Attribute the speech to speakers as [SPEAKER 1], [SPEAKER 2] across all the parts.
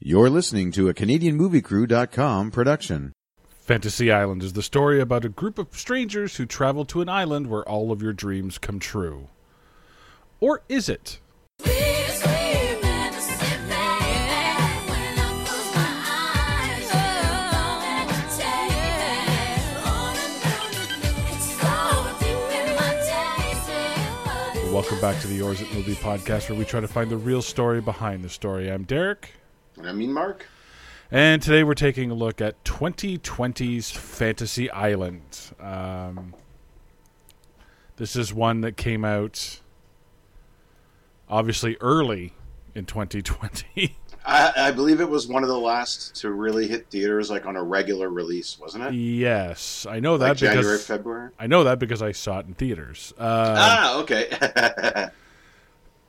[SPEAKER 1] You're listening to a CanadianMovieCrew.com production.
[SPEAKER 2] Fantasy Island is the story about a group of strangers who travel to an island where all of your dreams come true. Or is it? Welcome back to the Yours at Movie podcast, where we try to find the real story behind the story. I'm Derek,
[SPEAKER 3] I mean, Mark.
[SPEAKER 2] and today we're taking a look at 2020's Fantasy Island. Um, this is one that came out obviously early in 2020.
[SPEAKER 3] I, I believe it was one of the last to really hit theaters like on a regular release, wasn't it?
[SPEAKER 2] yes, I know that
[SPEAKER 3] like January,
[SPEAKER 2] because
[SPEAKER 3] February.
[SPEAKER 2] I know that because I saw it in theaters. Uh,
[SPEAKER 3] ah, okay.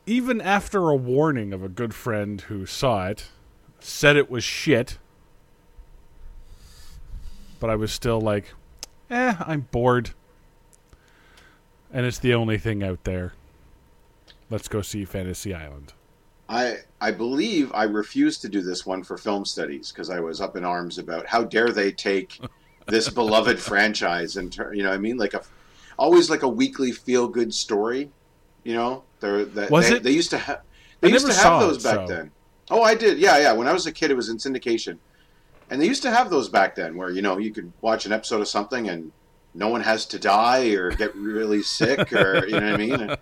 [SPEAKER 2] even after a warning of a good friend who saw it, said it was shit, but I was still like, eh, I'm bored. And it's the only thing out there. Let's go see Fantasy Island.
[SPEAKER 3] I I believe I refused to do this one for film studies because I was up in arms about how dare they take this beloved franchise and turn, you know what I mean like a always like a weekly feel good story, you know? They're, that,
[SPEAKER 2] Was
[SPEAKER 3] they,
[SPEAKER 2] it?
[SPEAKER 3] They used to have they
[SPEAKER 2] I
[SPEAKER 3] used to
[SPEAKER 2] never
[SPEAKER 3] have
[SPEAKER 2] saw it,
[SPEAKER 3] those back
[SPEAKER 2] so-
[SPEAKER 3] then. Oh, I did. Yeah, yeah. When I was a kid, it was in syndication, and they used to have those back then, where you know you could watch an episode of something and no one has to die or get really sick or you know what I mean. And,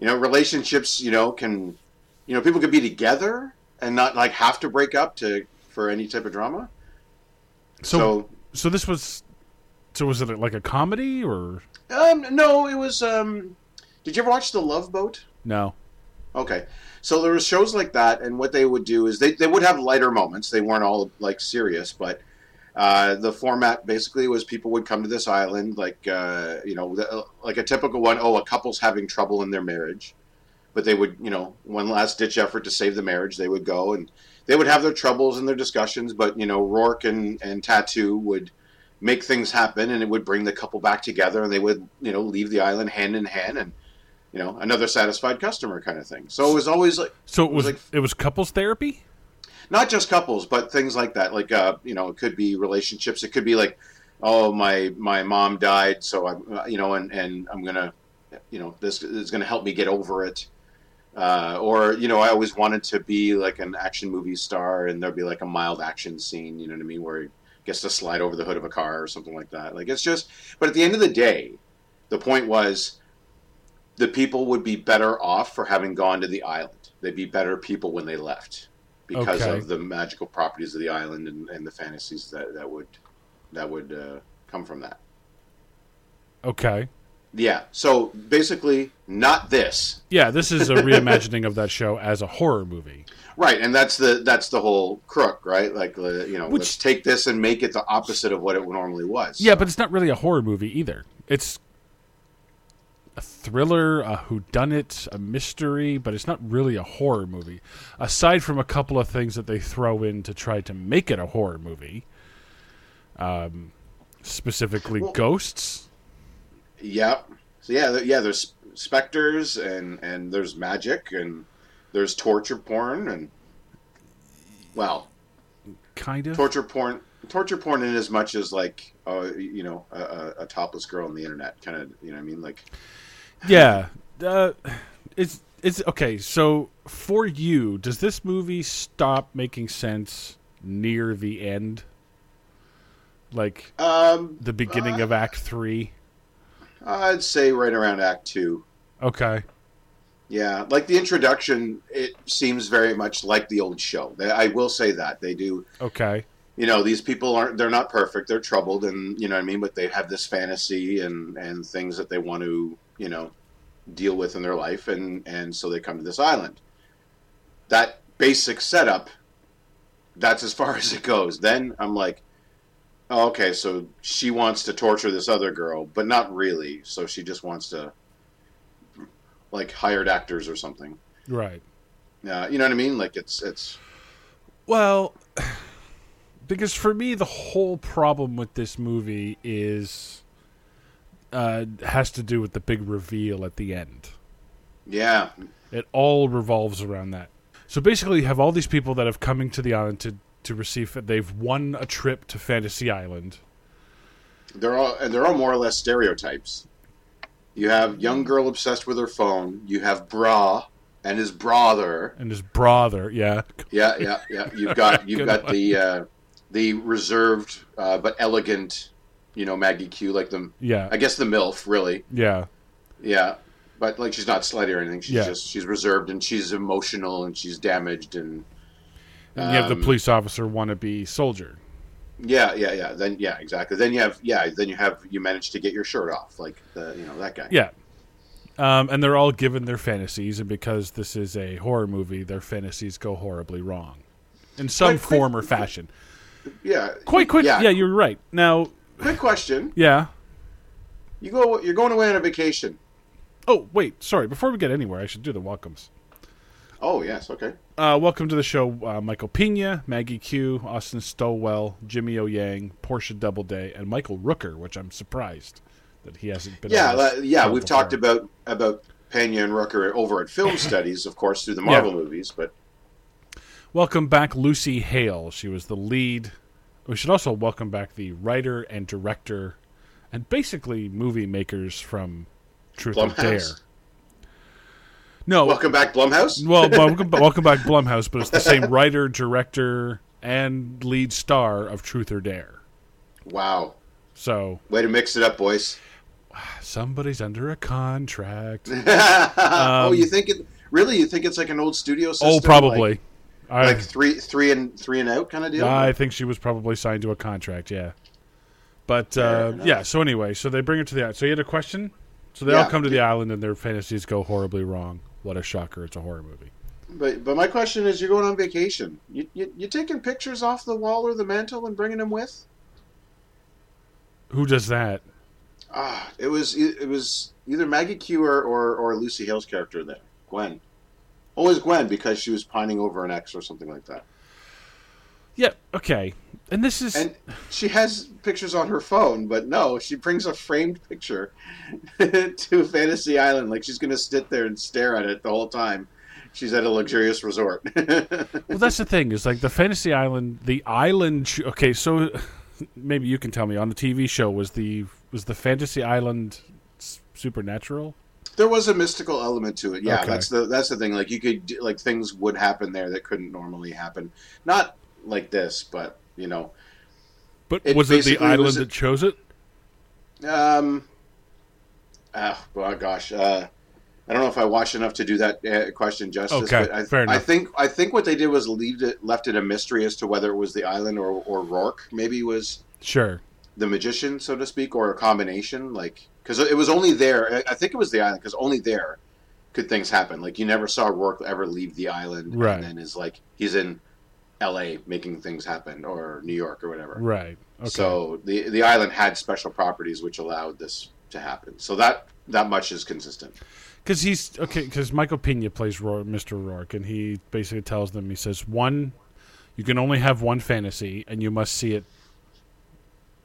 [SPEAKER 3] you know, relationships, you know, can you know people can be together and not like have to break up to for any type of drama.
[SPEAKER 2] So, so,
[SPEAKER 3] so
[SPEAKER 2] this was, so was it like a comedy or
[SPEAKER 3] um, no, it was. Um, did you ever watch The Love Boat?
[SPEAKER 2] no?
[SPEAKER 3] Okay. So there was shows like that, and what they would do is they, they would have lighter moments. They weren't all like serious, but uh, the format basically was people would come to this island, like uh, you know, the, like a typical one. Oh, a couple's having trouble in their marriage, but they would, you know, one last ditch effort to save the marriage. They would go and they would have their troubles and their discussions, but you know, Rourke and and Tattoo would make things happen, and it would bring the couple back together, and they would, you know, leave the island hand in hand, and you know, another satisfied customer kind of thing. So it was always like
[SPEAKER 2] So it
[SPEAKER 3] was
[SPEAKER 2] was,
[SPEAKER 3] like-
[SPEAKER 2] it was couples therapy.
[SPEAKER 3] not just couples, but things like that. Like uh, you know, it could be relationships. It could be like, oh, my my mom died, so I'm uh, you know, and and I'm gonna, you know, this is gonna help me get over it. Uh, or you know, I always wanted to be like an action movie star, and there'd be like a mild action scene. You know what I mean, where he gets to slide over the hood of a car or something like that. Like it's just, but at the end of the day, the point was, the people would be better off for having gone to the island. They'd be better people when they left because
[SPEAKER 2] Okay.
[SPEAKER 3] of the magical properties of the island and, and the fantasies that that would that would uh, come from that.
[SPEAKER 2] Okay,
[SPEAKER 3] Yeah. So basically, not this.
[SPEAKER 2] yeah, this is a reimagining of that show as a horror movie.
[SPEAKER 3] Right, and that's the that's the whole crook, right? Like uh, you know,
[SPEAKER 2] Which-
[SPEAKER 3] let's take this and make it the opposite of what it normally was.
[SPEAKER 2] Yeah, but it's not really a horror movie either. It's a thriller, a whodunit, a mystery, but it's not really a horror movie. Aside from a couple of things that they throw in to try to make it a horror movie, um, specifically
[SPEAKER 3] Well-
[SPEAKER 2] ghosts.
[SPEAKER 3] Yep. So yeah, th- yeah. There's specters and and there's magic and there's torture porn and well,
[SPEAKER 2] Kind of.
[SPEAKER 3] torture porn, torture porn in as much as like uh, you know a, a, a topless girl on the internet, kind of you know what I mean like
[SPEAKER 2] Yeah. Uh, it's it's okay. So for you, does this movie stop making sense near the end? Like
[SPEAKER 3] um
[SPEAKER 2] the beginning of Act Three.
[SPEAKER 3] I'd say right around Act Two.
[SPEAKER 2] Okay.
[SPEAKER 3] Yeah, like the introduction, it seems very much like the old show. They- I will say that they do
[SPEAKER 2] Okay.
[SPEAKER 3] you know these people aren't they're not perfect they're troubled and you know what i mean but they have this fantasy and and things that they want to you know deal with in their life and and so they come to this island that basic setup that's as far as it goes then i'm like oh, okay so she wants to torture this other girl but not really so she just wants to like hired actors or something
[SPEAKER 2] Right.
[SPEAKER 3] uh, you know what i mean like it's it's
[SPEAKER 2] Well, because for me, the whole problem with this movie is uh, has to do with the big reveal at the end.
[SPEAKER 3] yeah
[SPEAKER 2] It all revolves around that. So basically, you have all these people that have coming to the island to to receive. They've won a trip to Fantasy Island.
[SPEAKER 3] They're all and they're all more or less stereotypes. You have young girl obsessed with her phone. You have bra and his brother.
[SPEAKER 2] and his brother. Yeah,
[SPEAKER 3] Yeah, yeah, yeah. You've got you've
[SPEAKER 2] Good
[SPEAKER 3] got
[SPEAKER 2] one.
[SPEAKER 3] the uh, the reserved uh, but elegant, you know, Maggie Q, like the
[SPEAKER 2] yeah,
[SPEAKER 3] I guess the milf, really.
[SPEAKER 2] yeah,
[SPEAKER 3] Yeah, but like she's not slutty or anything. She's
[SPEAKER 2] Yeah.
[SPEAKER 3] just she's reserved and she's emotional and she's damaged and
[SPEAKER 2] and you have the
[SPEAKER 3] Um,
[SPEAKER 2] police officer wannabe soldier.
[SPEAKER 3] yeah, yeah, yeah. Then yeah, exactly. Then you have yeah. Then you have you manage to get your shirt off, like the you know that guy.
[SPEAKER 2] Yeah, um, and they're all given their fantasies, and because this is a horror movie, their fantasies go horribly wrong, in some
[SPEAKER 3] Quite quick-
[SPEAKER 2] form or fashion.
[SPEAKER 3] yeah.
[SPEAKER 2] Quite quick.
[SPEAKER 3] Yeah.
[SPEAKER 2] Yeah. you're right. Now,
[SPEAKER 3] Quick question:
[SPEAKER 2] yeah.
[SPEAKER 3] You go. You're going away on a vacation.
[SPEAKER 2] Oh wait, sorry. Before we get anywhere, I should do the welcomes.
[SPEAKER 3] Oh yes, okay.
[SPEAKER 2] Uh, welcome to the show, uh, Michael Pena, Maggie Q, Austin Stowell, Jimmy O Yang, Portia Doubleday, and Michael Rooker, which I'm surprised that he hasn't been.
[SPEAKER 3] Yeah,
[SPEAKER 2] on this
[SPEAKER 3] uh, yeah.
[SPEAKER 2] show
[SPEAKER 3] We've
[SPEAKER 2] before.
[SPEAKER 3] talked about about Pena and Rooker over at Film Studies, of course, through the Marvel movies. But
[SPEAKER 2] Welcome back, Lucy Hale. She was the lead. We should also welcome back the writer and director, and basically movie makers from Truth or Dare.
[SPEAKER 3] Blumhouse.
[SPEAKER 2] No,
[SPEAKER 3] Welcome back, Blumhouse.
[SPEAKER 2] well, welcome, welcome back, Blumhouse, but it's the same writer, director, and lead star of Truth or Dare.
[SPEAKER 3] Wow,
[SPEAKER 2] So
[SPEAKER 3] way to mix it up, boys.
[SPEAKER 2] somebody's under a contract.
[SPEAKER 3] oh, you think it? Really, you think it's like an old studio system?
[SPEAKER 2] Um, oh, probably.
[SPEAKER 3] Like,
[SPEAKER 2] I,
[SPEAKER 3] like three, three and three and out kind of deal.
[SPEAKER 2] I think she was probably signed to a contract. Yeah, but
[SPEAKER 3] Fair
[SPEAKER 2] uh,
[SPEAKER 3] enough.
[SPEAKER 2] yeah. So anyway, so they bring her to the island. So you had a question. So they all
[SPEAKER 3] Yeah.
[SPEAKER 2] come to the island and their fantasies go horribly wrong. What a shocker! It's a horror movie.
[SPEAKER 3] But but my question is, you're going on vacation. You you you taking pictures off the wall or the mantle and bringing them with?
[SPEAKER 2] Who does that?
[SPEAKER 3] Ah, it was it was either Maggie Q or, or or Lucy Hale's character there, Gwen. Always Gwen because she was pining over an ex or something like that.
[SPEAKER 2] Yeah. Okay. And this is
[SPEAKER 3] And she has pictures on her phone, but no, she brings a framed picture to Fantasy Island. Like she's gonna sit there and stare at it the whole time. She's at a luxurious resort.
[SPEAKER 2] well. That's the thing is like the fantasy island. The island. sh- Okay. So maybe you can tell me on the TV show was the was the fantasy island s- supernatural?
[SPEAKER 3] there was a mystical element to it. Yeah,
[SPEAKER 2] Okay.
[SPEAKER 3] that's the that's the thing. Like you could do- like things would happen there that couldn't normally happen. Not like this, but you know.
[SPEAKER 2] But
[SPEAKER 3] It
[SPEAKER 2] was it the
[SPEAKER 3] basically was
[SPEAKER 2] island
[SPEAKER 3] a-
[SPEAKER 2] that chose it?
[SPEAKER 3] Um. Oh, well, gosh, uh, I don't know if I watched enough to do that uh, question justice.
[SPEAKER 2] Okay,
[SPEAKER 3] but I,
[SPEAKER 2] fair
[SPEAKER 3] I
[SPEAKER 2] enough.
[SPEAKER 3] think I think what they did was leave it, left it a mystery as to whether it was the island or or Rourke maybe was
[SPEAKER 2] Sure.
[SPEAKER 3] the magician, so to speak, or a combination. Like because it was only there. I- I think it was the island because only there could things happen. Like you never saw Rourke ever leave the island,
[SPEAKER 2] Right.
[SPEAKER 3] And then is like he's in L.A. making things happen or New York or whatever.
[SPEAKER 2] Right. Okay.
[SPEAKER 3] So the the island had special properties which allowed this to happen. So that that much is consistent.
[SPEAKER 2] Because he's okay. Because Michael Pena plays Roar, Mr. Rourke, and he basically tells them, he says, "One, you can only have one fantasy, and you must see it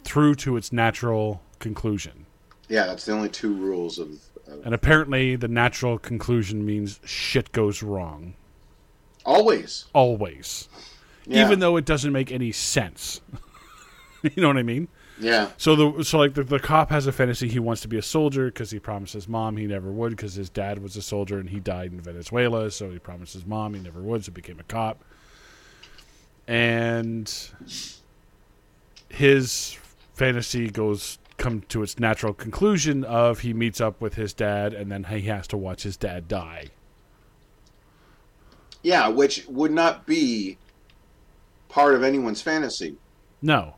[SPEAKER 2] through to its natural conclusion."
[SPEAKER 3] Yeah, that's the only two rules of. uh, of
[SPEAKER 2] And apparently, the natural conclusion means shit goes wrong
[SPEAKER 3] always,
[SPEAKER 2] always,
[SPEAKER 3] yeah.
[SPEAKER 2] even though it doesn't make any sense. you know what I mean?
[SPEAKER 3] yeah,
[SPEAKER 2] So the so like the, the cop has a fantasy he wants to be a soldier because he promised his mom he never would because his dad was a soldier and he died in Venezuela so he promised his mom he never would so became a cop and his fantasy goes come to its natural conclusion of he meets up with his dad and then he has to watch his dad die
[SPEAKER 3] yeah, which would not be part of anyone's fantasy.
[SPEAKER 2] no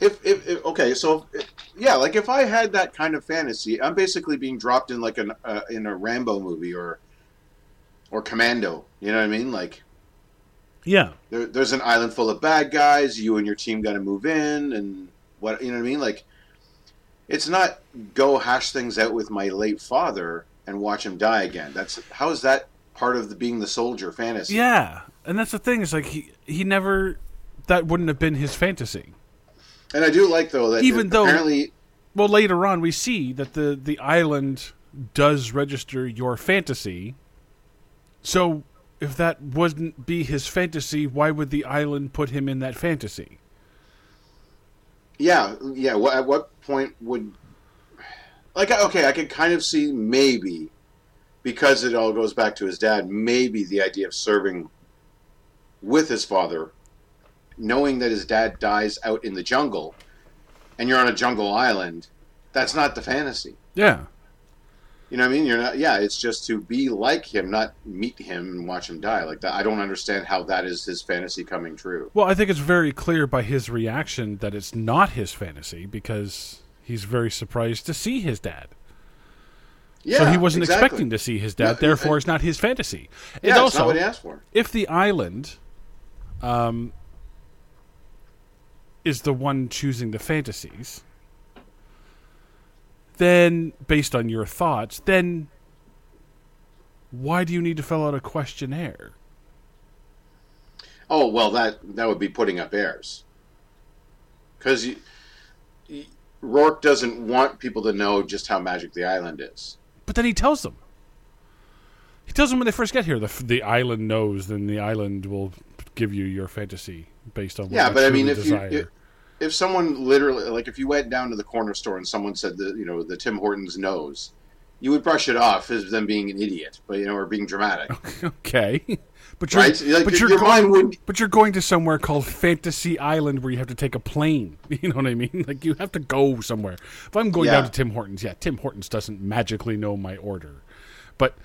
[SPEAKER 3] If, if, if okay, so if, yeah, like if I had that kind of fantasy, I'm basically being dropped in like an uh, in a Rambo movie or or Commando. You know what I mean? Like
[SPEAKER 2] yeah
[SPEAKER 3] there, there's an island full of bad guys. You and your team got to move in, and what you know what I mean? Like, it's not go hash things out with my late father and watch him die again. That's how is that part of the being the soldier fantasy?
[SPEAKER 2] yeah and that's the thing is like he he never that wouldn't have been his fantasy
[SPEAKER 3] And I do like though that
[SPEAKER 2] Even
[SPEAKER 3] it-
[SPEAKER 2] though-
[SPEAKER 3] apparently
[SPEAKER 2] well later on we see that the the island does register your fantasy so if that wouldn't be his fantasy, why would the island put him in that fantasy?
[SPEAKER 3] Yeah, yeah. Well, at what point would like okay, I could kind of see maybe because it all goes back to his dad. Maybe the idea of serving with his father, knowing that his dad dies out in the jungle, and you're on a jungle island, that's not the fantasy.
[SPEAKER 2] Yeah.
[SPEAKER 3] You know what I mean? You're not. Yeah, it's just to be like him, not meet him and watch him die like that. I don't understand how that is his fantasy coming true.
[SPEAKER 2] Well, I think it's very clear by his reaction that it's not his fantasy because he's very surprised to see his dad.
[SPEAKER 3] Yeah,
[SPEAKER 2] so he wasn't
[SPEAKER 3] exactly.
[SPEAKER 2] expecting to see his dad,
[SPEAKER 3] No,
[SPEAKER 2] therefore it's not his fantasy. And
[SPEAKER 3] Yeah, it's
[SPEAKER 2] also,
[SPEAKER 3] not what he asked for.
[SPEAKER 2] if the island um, is the one choosing the fantasies, then based on your thoughts, then why do you need to fill out a questionnaire?
[SPEAKER 3] Oh well, that that would be putting up airs, because Rourke doesn't want people to know just how magic the island is.
[SPEAKER 2] But then he tells them. He tells them when they first get here. The f- the island knows, then the island will give you your fantasy based on what
[SPEAKER 3] Yeah,
[SPEAKER 2] you
[SPEAKER 3] but I
[SPEAKER 2] truly
[SPEAKER 3] mean, if you
[SPEAKER 2] desire.
[SPEAKER 3] if, if someone literally like if you went down to the corner store and someone said the you know the Tim Hortons nose, you would brush it off as them being an idiot, but you know, or being dramatic,
[SPEAKER 2] okay, but you're
[SPEAKER 3] right? Like,
[SPEAKER 2] but
[SPEAKER 3] your,
[SPEAKER 2] you're
[SPEAKER 3] your
[SPEAKER 2] go-
[SPEAKER 3] mind wouldn't.
[SPEAKER 2] but you're going to somewhere called Fantasy Island where you have to take a plane. You know what I mean? Like you have to go somewhere. If I'm going down
[SPEAKER 3] Yeah.
[SPEAKER 2] to Tim Hortons, yeah, Tim Hortons doesn't magically know my order, but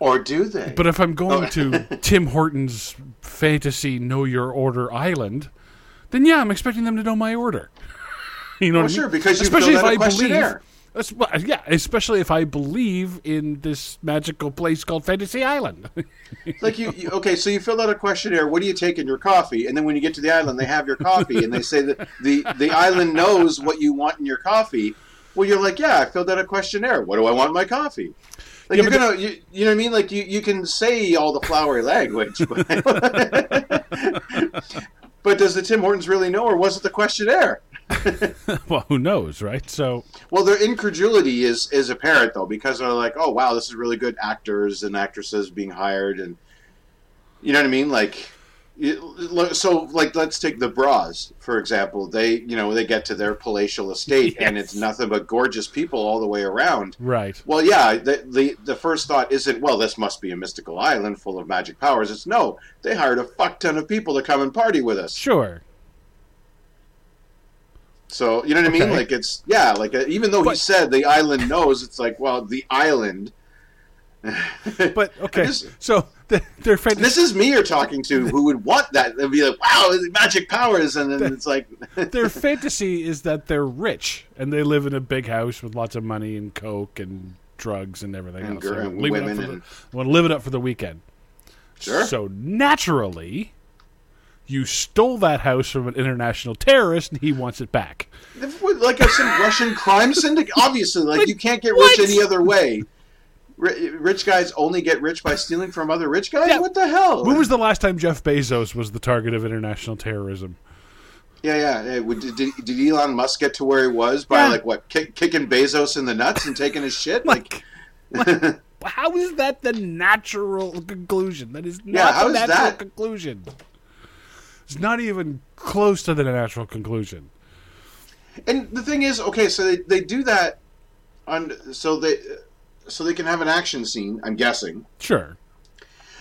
[SPEAKER 3] Or do they?
[SPEAKER 2] But uh, if I'm going
[SPEAKER 3] Oh.
[SPEAKER 2] to Tim Hortons Fantasy Know Your Order Island, then yeah, I'm expecting them to know my order. you know,
[SPEAKER 3] Well,
[SPEAKER 2] what I mean?
[SPEAKER 3] sure, because you
[SPEAKER 2] especially
[SPEAKER 3] filled out a
[SPEAKER 2] if I believe.
[SPEAKER 3] questionnaire.
[SPEAKER 2] that's- well, Yeah, especially if I believe in this magical place called Fantasy Island.
[SPEAKER 3] like you, you okay so you fill out a questionnaire what do you take in your coffee and then when you get to the island they have your coffee and they say that the the island knows what you want in your coffee well you're like yeah i filled out a questionnaire what do i want in my coffee like
[SPEAKER 2] Yeah,
[SPEAKER 3] you're
[SPEAKER 2] but
[SPEAKER 3] gonna you, you know what i mean like you, you can say all the flowery language but, but does the tim hortons really know or was it the questionnaire
[SPEAKER 2] well, who knows, right? So
[SPEAKER 3] well, their incredulity is is apparent though, because they're like, "Oh wow, this is really good actors and actresses being hired," and you know what I mean. Like, you- so like let's take the Bras for example. They you know they get to their palatial estate and
[SPEAKER 2] Yes.
[SPEAKER 3] it's nothing but gorgeous people all the way around.
[SPEAKER 2] right,
[SPEAKER 3] Well, yeah, the, the the first thought isn't, "Well, this must be a mystical island full of magic powers." It's no, they hired a fuck ton of people to come and party with us.
[SPEAKER 2] sure.
[SPEAKER 3] So you know what I mean?
[SPEAKER 2] Okay.
[SPEAKER 3] Like it's yeah, like uh, even though he
[SPEAKER 2] But-
[SPEAKER 3] said the island knows, it's like well, the island.
[SPEAKER 2] But okay,
[SPEAKER 3] just-
[SPEAKER 2] so the, their fantasy.
[SPEAKER 3] This is me you're talking to who would want that. They'd be like, wow, magic powers, and then it's like,
[SPEAKER 2] their fantasy is that they're rich and they live in a big house with lots of money and coke and drugs and everything
[SPEAKER 3] And
[SPEAKER 2] else.
[SPEAKER 3] gir-
[SPEAKER 2] They
[SPEAKER 3] and
[SPEAKER 2] leave it up
[SPEAKER 3] women
[SPEAKER 2] for the-
[SPEAKER 3] and-
[SPEAKER 2] wanna live it up for the weekend.
[SPEAKER 3] Sure.
[SPEAKER 2] So naturally, you stole that house from an international terrorist and he wants it back.
[SPEAKER 3] if we- like if some Russian crime syndicate. Obviously, like you can't get
[SPEAKER 2] what?
[SPEAKER 3] rich any other way. Ri rich guys only get rich by stealing from other rich guys.
[SPEAKER 2] Yeah.
[SPEAKER 3] What the hell?
[SPEAKER 2] When was the last time Jeff Bezos was the target of international terrorism?
[SPEAKER 3] yeah, yeah. yeah. Would- Did, did, did Elon Musk get to where he was by
[SPEAKER 2] Yeah.
[SPEAKER 3] like what kick, kicking Bezos in the nuts and taking his shit? Like,
[SPEAKER 2] How is that the natural conclusion? That is not
[SPEAKER 3] Yeah, how
[SPEAKER 2] the
[SPEAKER 3] is
[SPEAKER 2] natural
[SPEAKER 3] that?
[SPEAKER 2] conclusion. It's not even close to the natural conclusion.
[SPEAKER 3] And the thing is, okay, so they, they do that on so they so they can have an action scene. I'm guessing
[SPEAKER 2] Sure.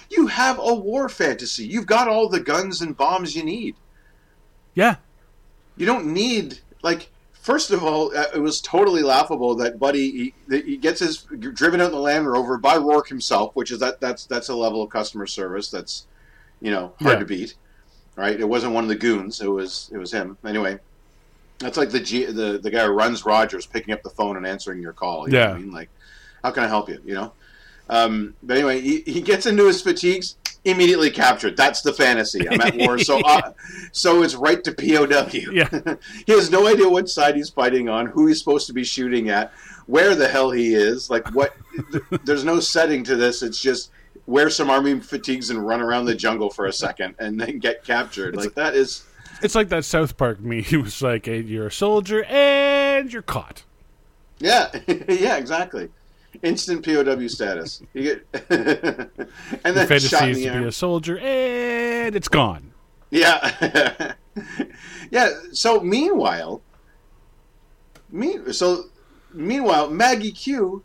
[SPEAKER 3] you have a war fantasy. You've got all the guns and bombs you need.
[SPEAKER 2] Yeah.
[SPEAKER 3] You don't need like first of all, uh, it was totally laughable that Buddy he, that he gets his driven out in the Land Rover by Rourke himself, which is that that's that's a level of customer service that's you know hard
[SPEAKER 2] Yeah.
[SPEAKER 3] to beat. Right? It wasn't one of the goons. It was it was him. Anyway, that's like the G, the the guy who runs Rogers picking up the phone and answering your call. You know
[SPEAKER 2] Yeah.
[SPEAKER 3] what I mean, like, how can I help you? You know. Um, but anyway, he, he gets into his fatigues immediately captured. That's the fantasy. I'm at war, so uh, so it's right to POW.
[SPEAKER 2] Yeah.
[SPEAKER 3] he has no idea what side he's fighting on, who he's supposed to be shooting at, where the hell he is. Like what? th- there's no setting to this. It's just wear some army fatigues and run around the jungle for a second, and then get captured. Like that is.
[SPEAKER 2] It's like that South Park meme. It was like, hey, you're a soldier and you're caught.
[SPEAKER 3] Yeah, yeah, exactly. instant POW status. You get and
[SPEAKER 2] Your
[SPEAKER 3] then shot
[SPEAKER 2] fantasy
[SPEAKER 3] in
[SPEAKER 2] is
[SPEAKER 3] the
[SPEAKER 2] to be
[SPEAKER 3] arm.
[SPEAKER 2] a soldier, and it's gone.
[SPEAKER 3] Yeah, yeah. So meanwhile, me so meanwhile Maggie Q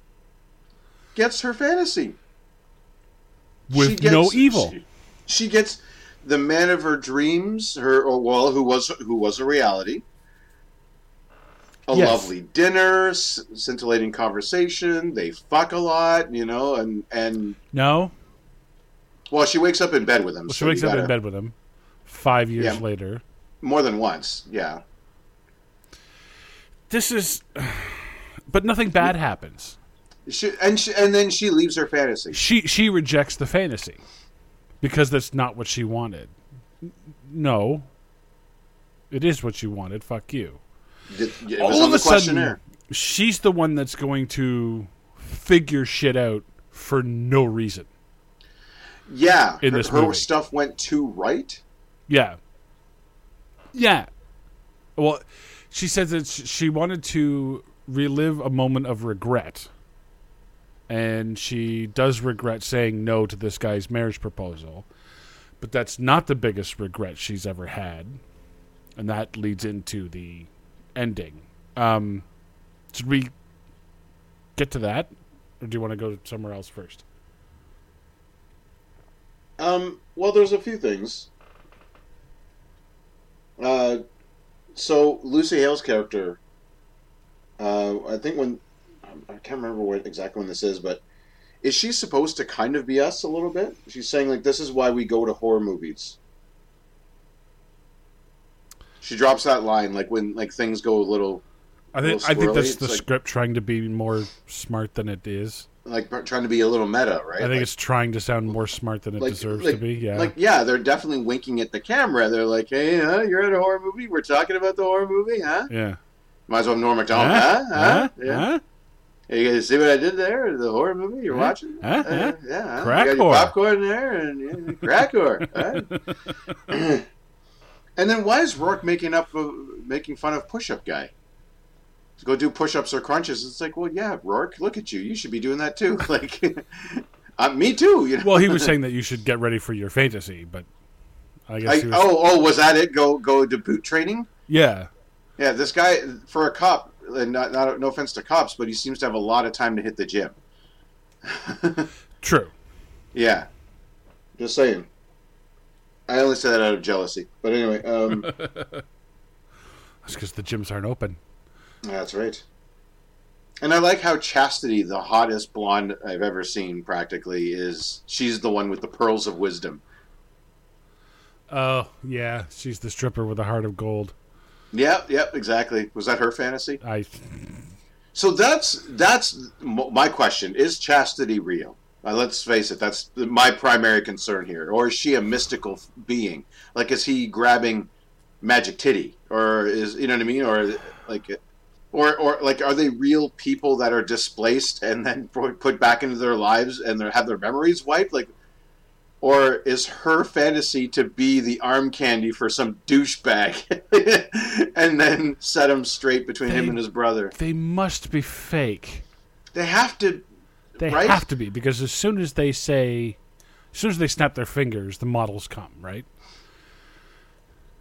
[SPEAKER 3] gets her fantasy She
[SPEAKER 2] With
[SPEAKER 3] gets-
[SPEAKER 2] no evil.
[SPEAKER 3] She, she gets the man of her dreams, her or well, who was who was a reality. A
[SPEAKER 2] Yes.
[SPEAKER 3] lovely dinner, s- scintillating conversation. They fuck a lot, you know, and and
[SPEAKER 2] no?
[SPEAKER 3] well, she wakes up in bed with him.
[SPEAKER 2] Well, she
[SPEAKER 3] so you
[SPEAKER 2] wakes up in
[SPEAKER 3] gotta-
[SPEAKER 2] bed with him five years
[SPEAKER 3] Yeah.
[SPEAKER 2] later.
[SPEAKER 3] more than once. Yeah,
[SPEAKER 2] This is. But nothing bad happens.
[SPEAKER 3] she, and she, and then she leaves her fantasy.
[SPEAKER 2] She she rejects the fantasy because that's not what she wanted. N- No. It is what she wanted. Fuck you.
[SPEAKER 3] It, it
[SPEAKER 2] All
[SPEAKER 3] was
[SPEAKER 2] of
[SPEAKER 3] on the
[SPEAKER 2] a sudden-
[SPEAKER 3] questionnaire.
[SPEAKER 2] She's the one that's going to figure shit out for no reason.
[SPEAKER 3] yeah,
[SPEAKER 2] in
[SPEAKER 3] her,
[SPEAKER 2] this
[SPEAKER 3] her
[SPEAKER 2] movie.
[SPEAKER 3] stuff went too right.
[SPEAKER 2] Yeah. Yeah. Well, she said that sh- she wanted to relive a moment of regret. And she does regret saying no to this guy's marriage proposal. But that's not the biggest regret she's ever had. And that leads into the ending. Um, should we get to that? Or do you want to go somewhere else first?
[SPEAKER 3] Um, well, there's a few things. Uh, so Lucy Hale's character, uh, I think when um, I can't remember when exactly when this is, but is she supposed to kind of be us a little bit? She's saying like, "This is why we go to horror movies." She drops that line like when like things go a little
[SPEAKER 2] I
[SPEAKER 3] A
[SPEAKER 2] think
[SPEAKER 3] little
[SPEAKER 2] I think
[SPEAKER 3] squirrely.
[SPEAKER 2] that's
[SPEAKER 3] It's
[SPEAKER 2] the
[SPEAKER 3] like-
[SPEAKER 2] script trying to be more smart than it is.
[SPEAKER 3] like trying to be a little meta,
[SPEAKER 2] I
[SPEAKER 3] right?
[SPEAKER 2] think
[SPEAKER 3] Like-
[SPEAKER 2] it's trying to sound more smart than it
[SPEAKER 3] like-
[SPEAKER 2] deserves
[SPEAKER 3] like-
[SPEAKER 2] to be. Yeah.
[SPEAKER 3] Like, yeah, they're definitely winking at the camera. They're like, hey, huh, you're at a horror movie? We're talking about the horror movie, huh?
[SPEAKER 2] yeah.
[SPEAKER 3] Might as well Norm MacDonald, Oh, huh? Huh?
[SPEAKER 2] Huh?
[SPEAKER 3] Yeah.
[SPEAKER 2] Huh?
[SPEAKER 3] Hey, you guys see what I did there? The horror movie you're
[SPEAKER 2] Huh?
[SPEAKER 3] watching?
[SPEAKER 2] Huh?
[SPEAKER 3] Uh, yeah. huh?
[SPEAKER 2] Crack
[SPEAKER 3] you got your
[SPEAKER 2] whore.
[SPEAKER 3] popcorn there and yeah, crack whore. huh? and then why is Rourke making up, uh, making fun of push-up guy? To go do push-ups or crunches. It's like, well, yeah, Rourke, look at you. You should be doing that too. Like, uh, me too. You know?
[SPEAKER 2] Well, he was saying that you should get ready for your fantasy, but I guess
[SPEAKER 3] I,
[SPEAKER 2] he was,
[SPEAKER 3] oh, oh, was that it? Go, go to boot training.
[SPEAKER 2] yeah.
[SPEAKER 3] Yeah, this guy for a cop, and not, not no offense to cops, but he seems to have a lot of time to hit the gym.
[SPEAKER 2] True.
[SPEAKER 3] Yeah, just saying. I only say that out of jealousy, but anyway, um,
[SPEAKER 2] That's because the gyms aren't open.
[SPEAKER 3] that's right. And I like how Chastity, the hottest blonde I've ever seen, practically is. She's the one with the pearls of wisdom.
[SPEAKER 2] Oh yeah, she's the stripper with a heart of gold.
[SPEAKER 3] Yep, yep, exactly. Was that her fantasy?
[SPEAKER 2] I
[SPEAKER 3] So that's that's m- my question: Is chastity real? Uh, let's face it, that's the- my primary concern here. Or is she a mystical f- being? Like, is he grabbing magic titty, or is you know what I mean? Or like, or or like, are they real people that are displaced and then put put back into their lives and their, have their memories wiped? Like, or is her fantasy to be the arm candy for some douchebag, and then set him straight between him
[SPEAKER 2] They-
[SPEAKER 3] and his brother?
[SPEAKER 2] they must be fake.
[SPEAKER 3] They have to.
[SPEAKER 2] They
[SPEAKER 3] Right?
[SPEAKER 2] have to be because as soon as they say, as soon as they snap their fingers, the models come right.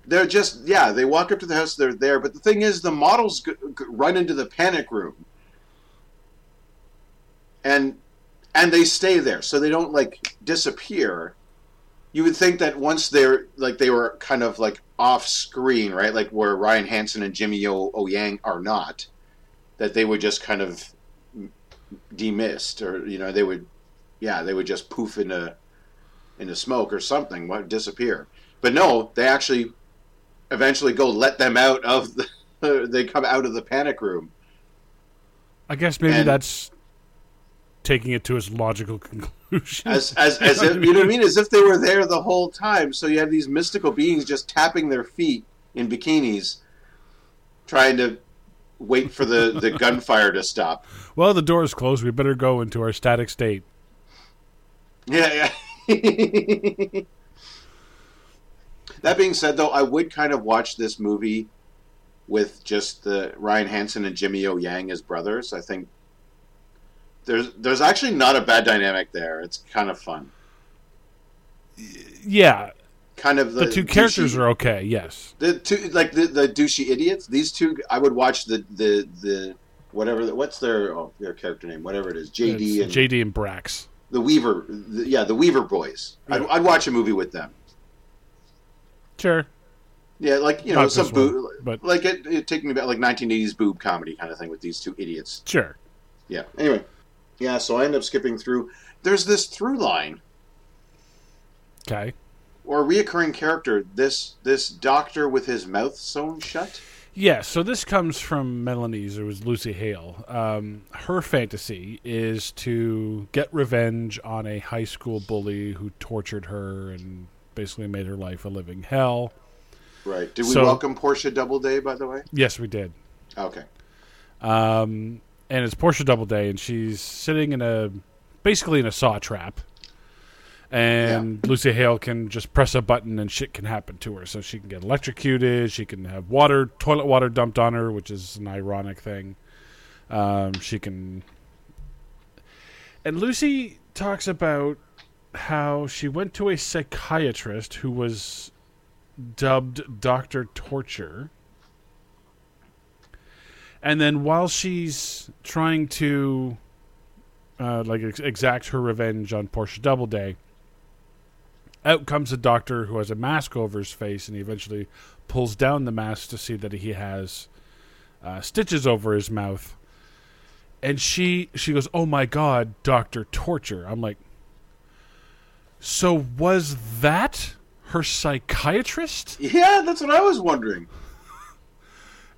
[SPEAKER 3] They're just yeah. They walk up to the house. They're there. But the thing is, the models g- g- run into the panic room, and and they stay there, so they don't like disappear. You would think that once they're like they were kind of like off screen, right? Like where Ryan Hansen and Jimmy O, o Yang are not, that they would just kind of m- demist, or you know, they would, yeah, they would just poof into into smoke or something, what disappear. But no, they actually eventually go let them out of the. They come out of the panic room.
[SPEAKER 2] I guess maybe
[SPEAKER 3] And-
[SPEAKER 2] that's taking it to its logical conclusion.
[SPEAKER 3] As, as, as if, you know what I mean? As if they were there the whole time. So you have these mystical beings just tapping their feet in bikinis, trying to wait for the, the gunfire to stop.
[SPEAKER 2] Well, the door is closed. We better go into our static state.
[SPEAKER 3] Yeah, yeah. that being said, though, I would kind of watch this movie with just the Ryan Hansen and Jimmy O Yang as brothers. I think there's there's actually not a bad dynamic there. It's kind of fun.
[SPEAKER 2] Yeah,
[SPEAKER 3] Kind of the,
[SPEAKER 2] the two characters
[SPEAKER 3] douchey-
[SPEAKER 2] are okay. Yes,
[SPEAKER 3] the two like the, the douchey idiots. These two, I would watch the the the whatever. The, what's their oh, their character name? Whatever it is, JD
[SPEAKER 2] It's
[SPEAKER 3] and
[SPEAKER 2] JD and Brax.
[SPEAKER 3] the Weaver. The, yeah, the Weaver boys. I'd,
[SPEAKER 2] Yeah.
[SPEAKER 3] I'd watch a movie with them.
[SPEAKER 2] Sure.
[SPEAKER 3] Yeah, like you
[SPEAKER 2] Not
[SPEAKER 3] know
[SPEAKER 2] this
[SPEAKER 3] some boob,
[SPEAKER 2] one, but-
[SPEAKER 3] like it, it take me back like 1980s boob comedy kind of thing with these two idiots.
[SPEAKER 2] Sure.
[SPEAKER 3] Yeah. Anyway, yeah. So I end up skipping through. There's this through line
[SPEAKER 2] Okay.
[SPEAKER 3] or reoccurring character. This this doctor with his mouth sewn shut.
[SPEAKER 2] Yeah, so this comes from Melanie's, it was Lucy Hale. Um, her fantasy is to get revenge on a high school bully who tortured her and basically made her life a living hell.
[SPEAKER 3] Right. Did we
[SPEAKER 2] So-
[SPEAKER 3] welcome Portia Doubleday by the way?
[SPEAKER 2] Yes, we did.
[SPEAKER 3] Okay.
[SPEAKER 2] Um, and it's Portia Doubleday, and she's sitting in a basically in a saw trap. And Lucy Hale can just press a button and shit can happen to her. So she can get electrocuted. She can have water, toilet water dumped on her, which is an ironic thing. Um, she can. And Lucy talks about how she went to a psychiatrist who was dubbed Dr. Torture. And then while she's trying to uh, like ex- exact her revenge on Portia Doubleday, out comes a doctor who has a mask over his face, and he eventually pulls down the mask to see that he has uh, stitches over his mouth. And she she goes, "Oh my God, Doctor Torture!" I'm like, so was that her psychiatrist?
[SPEAKER 3] Yeah, that's what I was wondering.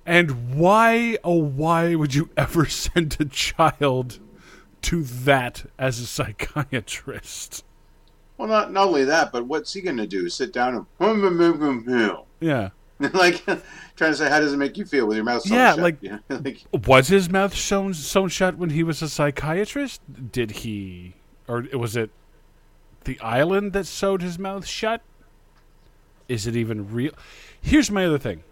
[SPEAKER 2] And why, oh, why would you ever send a child to that as a psychiatrist?
[SPEAKER 3] Well, not not only that, but what's he going to do? Sit down and
[SPEAKER 2] Yeah.
[SPEAKER 3] like trying to say how does it make you feel with your mouth? sewn
[SPEAKER 2] Yeah,
[SPEAKER 3] shut?
[SPEAKER 2] like-
[SPEAKER 3] yeah, like
[SPEAKER 2] Was his mouth sewn, sewn shut when he was a psychiatrist? Did he, or was it the island that sewed his mouth shut? Is it even real? Here's my other thing.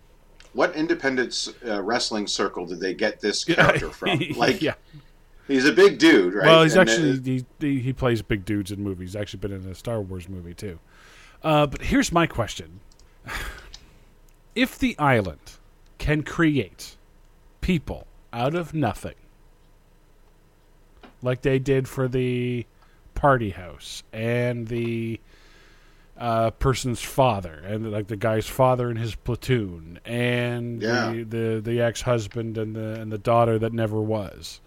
[SPEAKER 3] what independent uh, wrestling circle did they get this character from? Like
[SPEAKER 2] yeah.
[SPEAKER 3] he's a big dude, right?
[SPEAKER 2] Well, he's
[SPEAKER 3] And, uh,
[SPEAKER 2] actually he, he he plays big dudes in movies. He's actually been in a Star Wars movie too. Uh, but here's my question: If the island can create people out of nothing, like they did for the party house and the uh, person's father, and like the guy's father and his platoon, and
[SPEAKER 3] Yeah.
[SPEAKER 2] the, the the ex-husband and the and the daughter that never was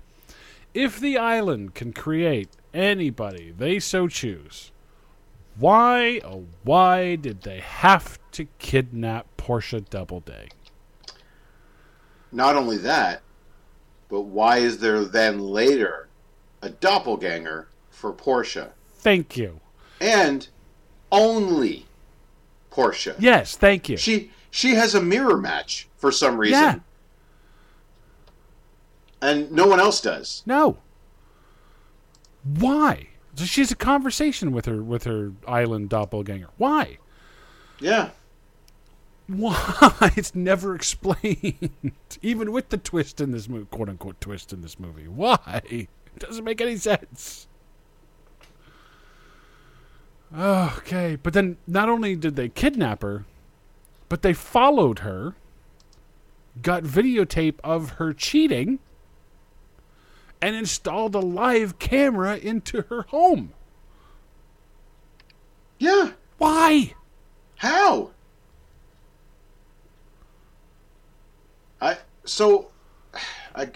[SPEAKER 2] if the island can create anybody they so choose, why, oh, why did they have to kidnap Portia Doubleday?
[SPEAKER 3] uh, Not only that, but why is there then later a doppelganger for Portia
[SPEAKER 2] Thank you.
[SPEAKER 3] and only Portia?
[SPEAKER 2] Yes, thank you.
[SPEAKER 3] She she has a mirror match for some reason,
[SPEAKER 2] Yeah.
[SPEAKER 3] and no one else does.
[SPEAKER 2] No. Why? So she's a conversation with her with her island doppelganger. Why?
[SPEAKER 3] Yeah,
[SPEAKER 2] Why? It's never explained. Even with the twist in this movie, quote unquote twist in this movie. Why? It doesn't make any sense. Okay, but then not only did they kidnap her, but they followed her, got videotape of her cheating, and installed a live camera into her home.
[SPEAKER 3] yeah.
[SPEAKER 2] Why?
[SPEAKER 3] How? I so I I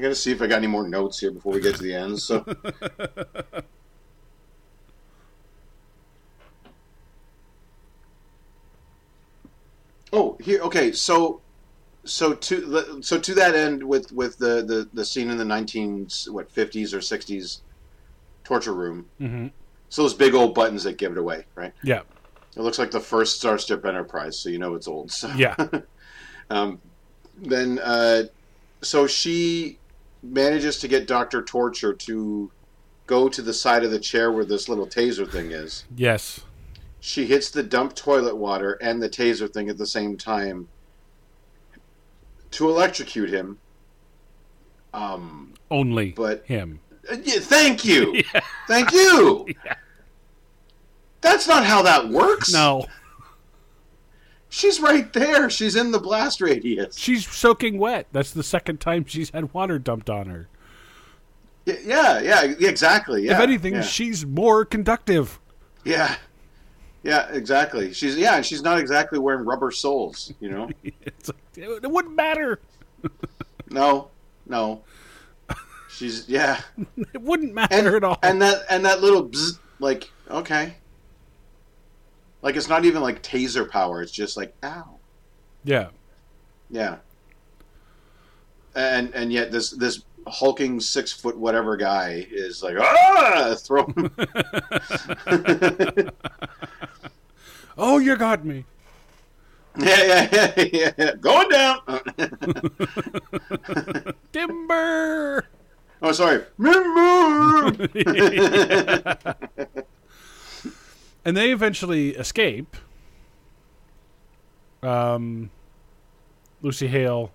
[SPEAKER 3] gotta see if I got any more notes here before we get to the end. So Oh, here okay, so so to so to that end with with the the, the scene in the 19 what 50s or 60s torture room.
[SPEAKER 2] Mm-hmm.
[SPEAKER 3] It's those big old buttons that give it away, right?
[SPEAKER 2] Yeah,
[SPEAKER 3] It looks like the first Starship Enterprise, so you know it's old. So,
[SPEAKER 2] yeah,
[SPEAKER 3] um, then, uh, so she manages to get Doctor Torture to go to the side of the chair where this little taser thing is.
[SPEAKER 2] yes.
[SPEAKER 3] She hits the dump toilet water and the taser thing at the same time to electrocute him. Um,
[SPEAKER 2] Only
[SPEAKER 3] But-
[SPEAKER 2] him.
[SPEAKER 3] uh, yeah, thank you, thank you. That's not how that works.
[SPEAKER 2] No,
[SPEAKER 3] she's right there. She's in the blast radius.
[SPEAKER 2] she's soaking wet. That's the second time she's had water dumped on her.
[SPEAKER 3] Y- Yeah, yeah, exactly. Yeah,
[SPEAKER 2] if anything,
[SPEAKER 3] yeah.
[SPEAKER 2] she's more conductive.
[SPEAKER 3] Yeah. Yeah, exactly. She's yeah, she's not exactly wearing rubber soles, you know.
[SPEAKER 2] It's like, it it wouldn't matter.
[SPEAKER 3] No. No. She's yeah.
[SPEAKER 2] It wouldn't
[SPEAKER 3] And,
[SPEAKER 2] matter at all.
[SPEAKER 3] and that and that little bzz, like okay. Like it's not even like taser power, it's just like ow.
[SPEAKER 2] yeah,
[SPEAKER 3] Yeah. And and yet this this hulking 6 foot whatever guy is like ah throw
[SPEAKER 2] Oh, you got me.
[SPEAKER 3] yeah, yeah, yeah, yeah, yeah. Going down.
[SPEAKER 2] Timber.
[SPEAKER 3] oh, sorry. Remember.
[SPEAKER 2] And they eventually escape. Um, Lucy Hale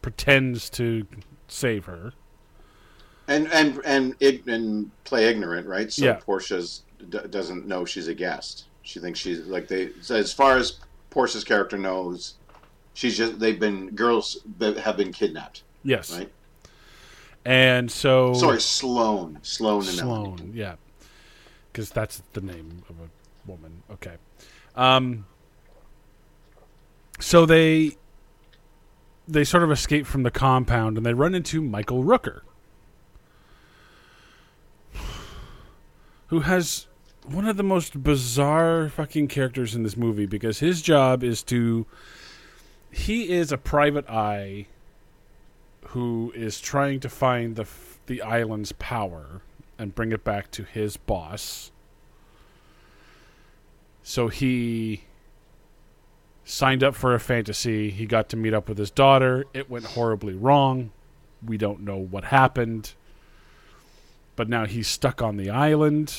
[SPEAKER 2] pretends to save her.
[SPEAKER 3] and and and ig- and play ignorant, right? So
[SPEAKER 2] Yeah.
[SPEAKER 3] Portia's d- doesn't know she's a guest. She thinks she's like they. So as far as Portia's character knows, she's just they've been girls be- have been kidnapped,
[SPEAKER 2] Yes.
[SPEAKER 3] right?
[SPEAKER 2] And so
[SPEAKER 3] Sorry, Sloane, Sloane, and Melanie.
[SPEAKER 2] Sloan, yeah, because that's the name of a woman. Okay. Um. So they they sort of escape from the compound and they run into Michael Rooker, who has one of the most bizarre fucking characters in this movie because his job is to he is a private eye who is trying to find the f- the island's power and bring it back to his boss. So he signed up for a fantasy. He got to meet up with his daughter. It went horribly wrong. We don't know what happened. But now he's stuck on the island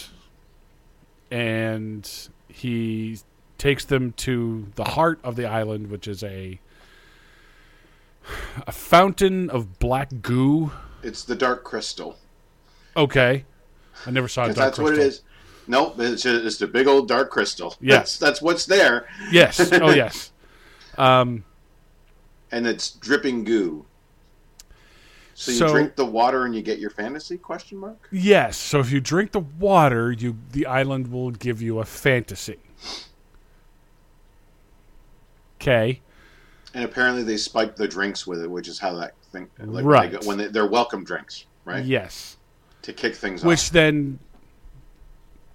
[SPEAKER 2] and he takes them to the heart of the island, which is a a fountain of black goo.
[SPEAKER 3] It's the Dark Crystal.
[SPEAKER 2] Okay. I never saw a
[SPEAKER 3] 'Cause
[SPEAKER 2] dark
[SPEAKER 3] that's what it
[SPEAKER 2] crystal.
[SPEAKER 3] is. Nope, it's, just, it's the big old Dark Crystal.
[SPEAKER 2] Yeah.
[SPEAKER 3] That's that's what's there,
[SPEAKER 2] Yes. Oh, yes. Um,
[SPEAKER 3] and it's dripping goo. So you
[SPEAKER 2] So-
[SPEAKER 3] drink the water and you get your fantasy? Question mark.
[SPEAKER 2] yes. So if you drink the water, you the island will give you a fantasy. Okay.
[SPEAKER 3] And apparently they spiked the drinks with it, which is how that thing like
[SPEAKER 2] Right.
[SPEAKER 3] they go, when they, they're welcome drinks, right?
[SPEAKER 2] Yes.
[SPEAKER 3] To kick things
[SPEAKER 2] Which
[SPEAKER 3] off.
[SPEAKER 2] then,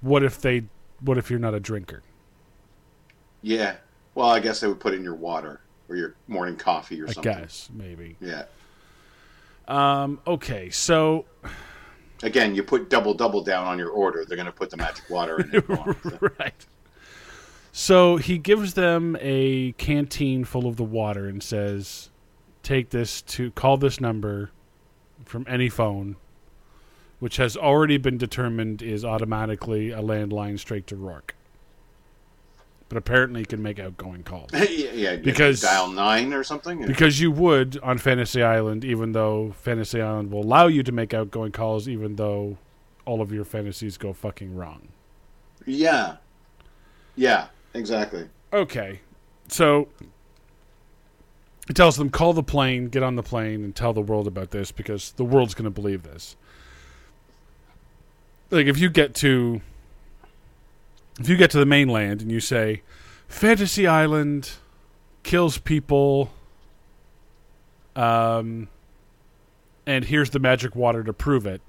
[SPEAKER 2] what if they? What if you're not a drinker?
[SPEAKER 3] Yeah. Well, I guess they would put it in your water or your morning coffee or
[SPEAKER 2] I
[SPEAKER 3] something.
[SPEAKER 2] guess maybe.
[SPEAKER 3] Yeah.
[SPEAKER 2] Um, okay. So
[SPEAKER 3] Again, you put double double down on your order. They're going to put the magic water in it.
[SPEAKER 2] right. So he gives them a canteen full of the water and says, "Take this to call this number from any phone, which has already been determined is automatically a landline straight to Rourke." But apparently, he can make outgoing calls
[SPEAKER 3] yeah, yeah,
[SPEAKER 2] Because-
[SPEAKER 3] dial nine or something.
[SPEAKER 2] because you would on Fantasy Island, even though Fantasy Island will allow you to make outgoing calls, even though all of your fantasies go fucking wrong.
[SPEAKER 3] yeah. Yeah. Exactly.
[SPEAKER 2] okay. So it tells them call the plane, get on the plane, and tell the world about this because the world's going to believe this. Like if you get to if you get to the mainland and you say Fantasy Island kills people, um, and here's the magic water to prove it.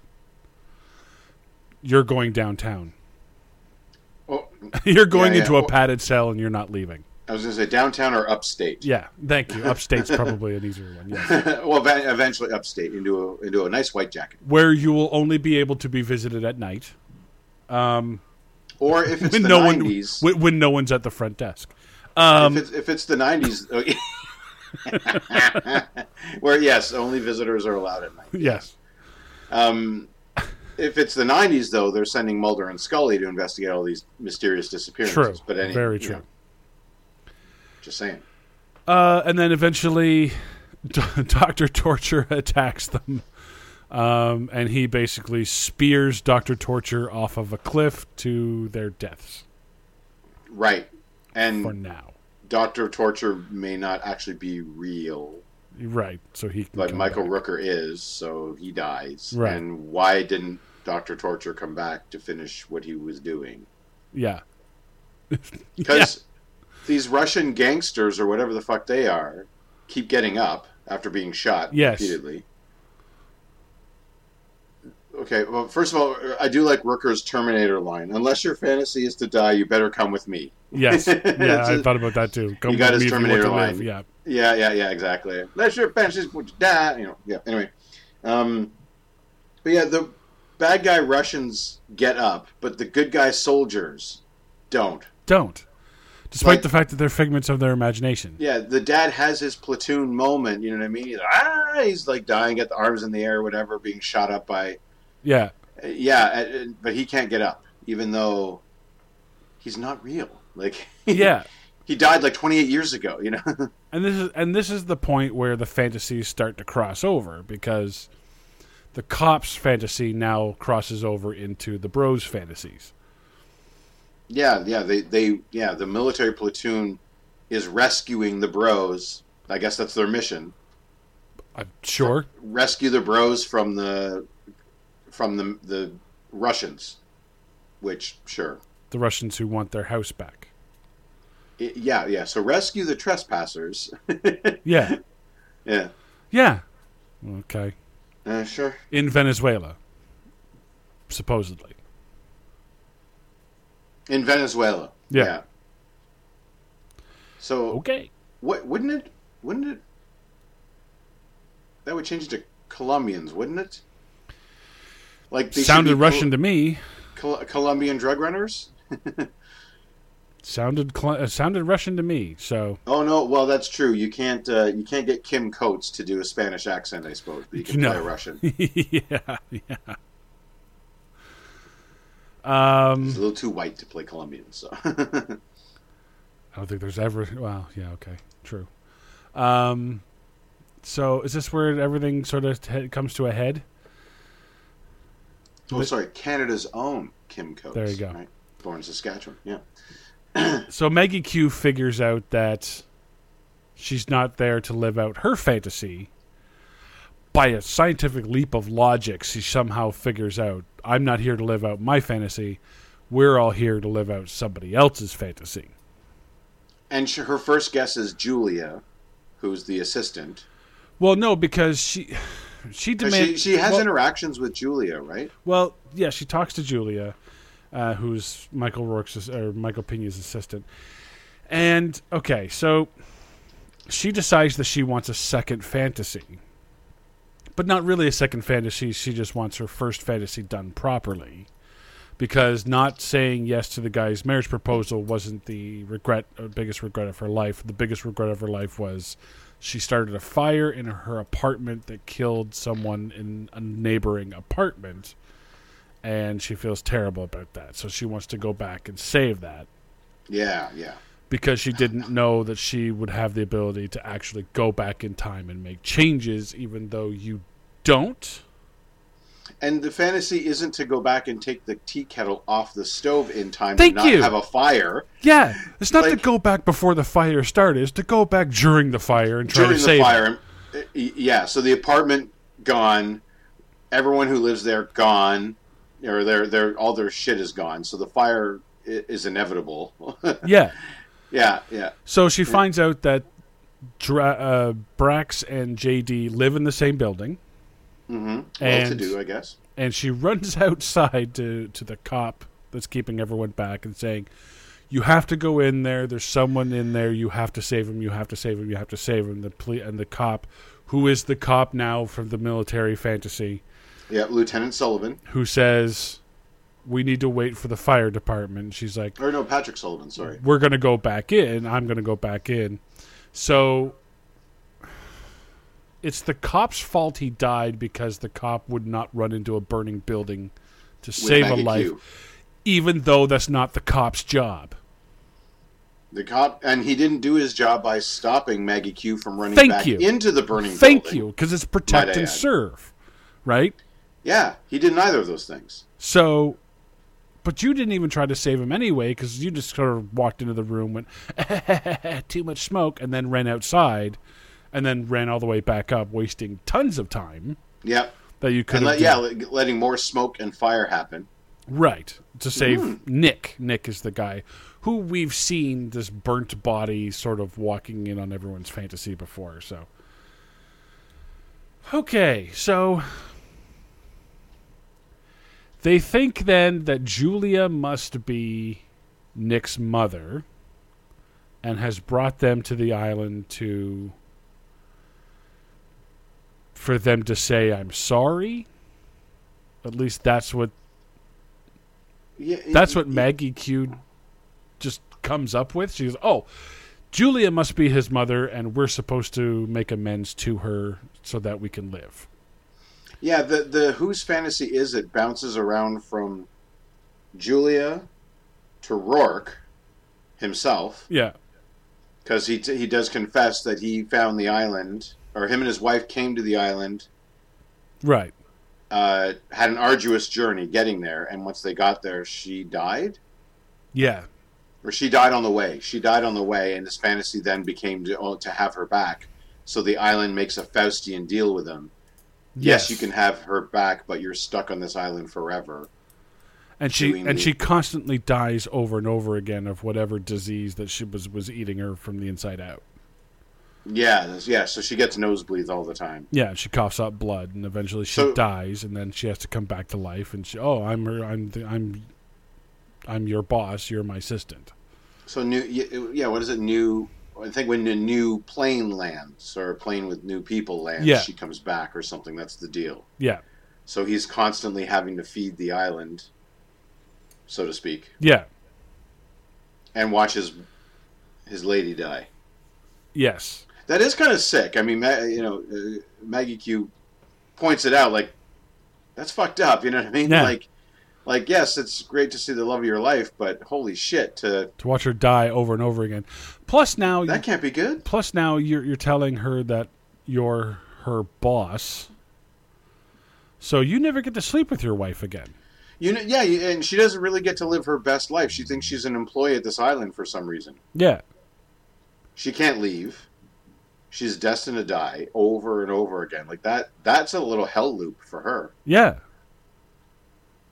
[SPEAKER 2] You're going downtown.
[SPEAKER 3] Oh,
[SPEAKER 2] You're going
[SPEAKER 3] Yeah, yeah.
[SPEAKER 2] into a
[SPEAKER 3] Well-
[SPEAKER 2] padded cell and you're not leaving.
[SPEAKER 3] I was going to say downtown or upstate.
[SPEAKER 2] Yeah, thank you. Upstate's probably an easier one. Yes.
[SPEAKER 3] well, ev- eventually upstate into a, into a nice white jacket.
[SPEAKER 2] Where you will only be able to be visited at night. Um,
[SPEAKER 3] Or if it's
[SPEAKER 2] when
[SPEAKER 3] the
[SPEAKER 2] no one um,
[SPEAKER 3] 90s.
[SPEAKER 2] when, when no one's at the front desk.
[SPEAKER 3] if it's if it's the nineties, oh, where yes, only visitors are allowed at night.
[SPEAKER 2] Yes.
[SPEAKER 3] Um, if it's the nineties, though, they're sending Mulder and Scully to investigate all these mysterious disappearances.
[SPEAKER 2] True.
[SPEAKER 3] but any,
[SPEAKER 2] Very
[SPEAKER 3] you
[SPEAKER 2] true.
[SPEAKER 3] know, just saying.
[SPEAKER 2] Uh, and then eventually Doctor Torture attacks them, um, and he basically spears Doctor Torture off of a cliff to their deaths.
[SPEAKER 3] Right.
[SPEAKER 2] For
[SPEAKER 3] And
[SPEAKER 2] now,
[SPEAKER 3] Doctor Torture may not actually be real,
[SPEAKER 2] right? So he can
[SPEAKER 3] like
[SPEAKER 2] come
[SPEAKER 3] Michael
[SPEAKER 2] back.
[SPEAKER 3] Rooker is, so he dies.
[SPEAKER 2] Right.
[SPEAKER 3] And why didn't Doctor Torture come back to finish what he was doing?
[SPEAKER 2] Yeah,
[SPEAKER 3] Because these Russian gangsters or whatever the fuck they are keep getting up after being shot
[SPEAKER 2] Yes.
[SPEAKER 3] repeatedly. Okay, well, first of all, I do like Rooker's Terminator line. Unless your fantasy is to die, you better come with me.
[SPEAKER 2] yes, yeah.
[SPEAKER 3] It's
[SPEAKER 2] I
[SPEAKER 3] a-
[SPEAKER 2] thought about that too. Come
[SPEAKER 3] You got
[SPEAKER 2] with
[SPEAKER 3] his
[SPEAKER 2] me if you want
[SPEAKER 3] Terminator
[SPEAKER 2] to live.
[SPEAKER 3] line.
[SPEAKER 2] Yeah,
[SPEAKER 3] Yeah, yeah, yeah, exactly. Unless your fantasy is to die, you know. Yeah. Anyway, um, but yeah, the bad guy Russians get up, but the good guy soldiers don't.
[SPEAKER 2] don't. Despite
[SPEAKER 3] Like-
[SPEAKER 2] the fact that they're figments of their imagination.
[SPEAKER 3] Yeah, the dad has his platoon moment. You know what I mean? He's like, ah, he's like dying, got the arms in the air, whatever, being shot up by.
[SPEAKER 2] Yeah,
[SPEAKER 3] uh, Yeah, and- and- but he can't get up, even though he's not real. Like,
[SPEAKER 2] yeah.
[SPEAKER 3] he died like 28 years ago. You know?
[SPEAKER 2] and this is and this is the point where the fantasies start to cross over because the cops fantasy now crosses over into the bros fantasies
[SPEAKER 3] yeah, yeah. They, they, yeah. The military platoon is rescuing the bros. I guess that's their mission:
[SPEAKER 2] i'm sure
[SPEAKER 3] rescue the bros from the from the the Russians. Which, sure,
[SPEAKER 2] the russians who want their house back
[SPEAKER 3] I- yeah, yeah. So rescue the trespassers.
[SPEAKER 2] yeah
[SPEAKER 3] Yeah.
[SPEAKER 2] yeah okay
[SPEAKER 3] Uh, sure.
[SPEAKER 2] in venezuela supposedly
[SPEAKER 3] In Venezuela.
[SPEAKER 2] Yeah.
[SPEAKER 3] So
[SPEAKER 2] okay
[SPEAKER 3] what wouldn't it wouldn't it that would change it to Colombians, wouldn't it? Like they should
[SPEAKER 2] sounded
[SPEAKER 3] be
[SPEAKER 2] russian to me
[SPEAKER 3] Col- Col- Colombian drug runners?
[SPEAKER 2] sounded cl- uh, sounded russian to me so
[SPEAKER 3] Oh no, well that's true. You can't uh, you can't get Kim Coates to do a Spanish accent, I suppose, but you can
[SPEAKER 2] No.
[SPEAKER 3] play Russian.
[SPEAKER 2] yeah yeah um
[SPEAKER 3] He's a little too white to play Colombian, so
[SPEAKER 2] I don't think there's ever. Wow. Yeah. Okay. True. Um, so is this where everything sort of t- comes to a head?
[SPEAKER 3] Oh sorry, Canada's own Kim Coates.
[SPEAKER 2] There you go.
[SPEAKER 3] Right? Born Saskatchewan, yeah.
[SPEAKER 2] So Maggie Q figures out that she's not there to live out her fantasy. By a scientific leap of logic, she somehow figures out I'm not here to live out my fantasy. We're all here to live out somebody else's fantasy.
[SPEAKER 3] And sh her first guess is Julia, who's the assistant.
[SPEAKER 2] Well, no, because she she
[SPEAKER 3] But
[SPEAKER 2] demands
[SPEAKER 3] she, she has
[SPEAKER 2] well-
[SPEAKER 3] interactions with Julia, right?
[SPEAKER 2] Well, yeah, she talks to Julia, uh, who's Michael Rourke's ass- or Michael Pena's assistant, and okay, so she decides that she wants a second fantasy, but not really a second fantasy. She just wants her first fantasy done properly, because not saying yes to the guy's marriage proposal wasn't the regret, uh, biggest regret of her life. The biggest regret of her life was. She started a fire in her apartment that killed someone in a neighboring apartment and she feels terrible about that. So she wants to go back and save that
[SPEAKER 3] Yeah, yeah.
[SPEAKER 2] because she didn't know that she would have the ability to actually go back in time and make changes, even though you don't.
[SPEAKER 3] And the fantasy isn't to go back and take the tea kettle off the stove in time
[SPEAKER 2] Thank
[SPEAKER 3] to not
[SPEAKER 2] you.
[SPEAKER 3] have a fire
[SPEAKER 2] Yeah, it's not to
[SPEAKER 3] Like-
[SPEAKER 2] go back before the fire started; it's to go back during the fire and try to
[SPEAKER 3] during the
[SPEAKER 2] save. it.
[SPEAKER 3] fire. Uh, y- Yeah, so the apartment gone, everyone who lives there gone, or their their all their shit is gone. So the fire i- is inevitable.
[SPEAKER 2] Yeah,
[SPEAKER 3] yeah, yeah.
[SPEAKER 2] so she finds out that Dra- uh, Brax and JD live in the same building.
[SPEAKER 3] hmm Well
[SPEAKER 2] And-
[SPEAKER 3] to do, I guess.
[SPEAKER 2] and she runs outside to, to the cop that's keeping everyone back and saying, "You have to go in there. There's someone in there. You have to save him. You have to save him. You have to save him." The ple- and the cop, who is the cop now from the military fantasy,
[SPEAKER 3] Yeah, Lieutenant Sullivan
[SPEAKER 2] who says, "We need to wait for the fire department." She's like,
[SPEAKER 3] or no, Patrick Sullivan. Sorry.
[SPEAKER 2] "We're gonna go back in. I'm gonna go back in." So. It's the cop's fault he died because the cop would not run into a burning building to
[SPEAKER 3] with
[SPEAKER 2] save a
[SPEAKER 3] Maggie
[SPEAKER 2] life
[SPEAKER 3] Q.
[SPEAKER 2] even though that's not the cop's job.
[SPEAKER 3] The cop, and he didn't do his job by stopping Maggie Q from running
[SPEAKER 2] Thank
[SPEAKER 3] back
[SPEAKER 2] you.
[SPEAKER 3] into the burning.
[SPEAKER 2] Thank
[SPEAKER 3] building.
[SPEAKER 2] you, because it's protect
[SPEAKER 3] Might I
[SPEAKER 2] and
[SPEAKER 3] add.
[SPEAKER 2] serve, right?
[SPEAKER 3] Yeah, he did neither of those things.
[SPEAKER 2] So, but you didn't even try to save him anyway because you just sort of walked into the room, went too much smoke, and then ran outside, and then ran all the way back up, wasting tons of time
[SPEAKER 3] Yep.
[SPEAKER 2] that you could
[SPEAKER 3] And
[SPEAKER 2] have.
[SPEAKER 3] let, yeah, let- letting more smoke and fire happen.
[SPEAKER 2] right to save Nick. Nick is the guy who we've seen this burnt body sort of walking in on everyone's fantasy before. So, okay, so. They think then that Julia must be Nick's mother and has brought them to the island to for them to say I'm sorry. At least that's what
[SPEAKER 3] Yeah,
[SPEAKER 2] that's what
[SPEAKER 3] y-
[SPEAKER 2] Maggie Q just comes up with. She goes, "Oh, Julia must be his mother, and we're supposed to make amends to her so that we can live."
[SPEAKER 3] Yeah, the the whose fantasy is it bounces around from Julia to Rourke himself
[SPEAKER 2] Yeah,
[SPEAKER 3] because he t- he does confess that he found the island or him and his wife came to the island,
[SPEAKER 2] right.
[SPEAKER 3] uh, had an arduous journey getting there, and once they got there, she died.
[SPEAKER 2] Yeah,
[SPEAKER 3] or she died on the way. She died on the way, and his fantasy then became to, oh, to have her back. So the island makes a Faustian deal with him. Yes, you can have her back, but you're stuck on this island forever.
[SPEAKER 2] And she
[SPEAKER 3] doing
[SPEAKER 2] and
[SPEAKER 3] the-
[SPEAKER 2] she constantly dies over and over again of whatever disease that she was was eating her from the inside out.
[SPEAKER 3] Yeah, that's- yeah. So she gets nosebleeds all the time.
[SPEAKER 2] Yeah, she coughs up blood, and eventually she
[SPEAKER 3] So-
[SPEAKER 2] dies, and then she has to come back to life. And she, oh, I'm her, I'm the, I'm, I'm your boss. You're my assistant.
[SPEAKER 3] So new, y- yeah. What is it? New. I think when a new plane lands or a plane with new people lands,
[SPEAKER 2] Yeah.
[SPEAKER 3] she comes back or something. That's the deal.
[SPEAKER 2] Yeah,
[SPEAKER 3] So he's constantly having to feed the island, so to speak,
[SPEAKER 2] yeah.
[SPEAKER 3] and watch his his lady die.
[SPEAKER 2] Yes.
[SPEAKER 3] That is kind of sick. I mean, Ma- you know, uh, Maggie Q points it out like that's fucked up. You know what I mean?
[SPEAKER 2] Yeah.
[SPEAKER 3] Like, like yes, it's great to see the love of your life, but holy shit, to
[SPEAKER 2] To watch her die over and over again. Plus now
[SPEAKER 3] that can't be good.
[SPEAKER 2] plus now you're you're telling her that you're her boss. So you never get to sleep with your wife again.
[SPEAKER 3] You know, yeah, you- and she doesn't really get to live her best life. She thinks she's an employee at this island for some reason.
[SPEAKER 2] Yeah.
[SPEAKER 3] She can't leave. She's destined to die over and over again. Like that. That's a little hell loop for her.
[SPEAKER 2] Yeah.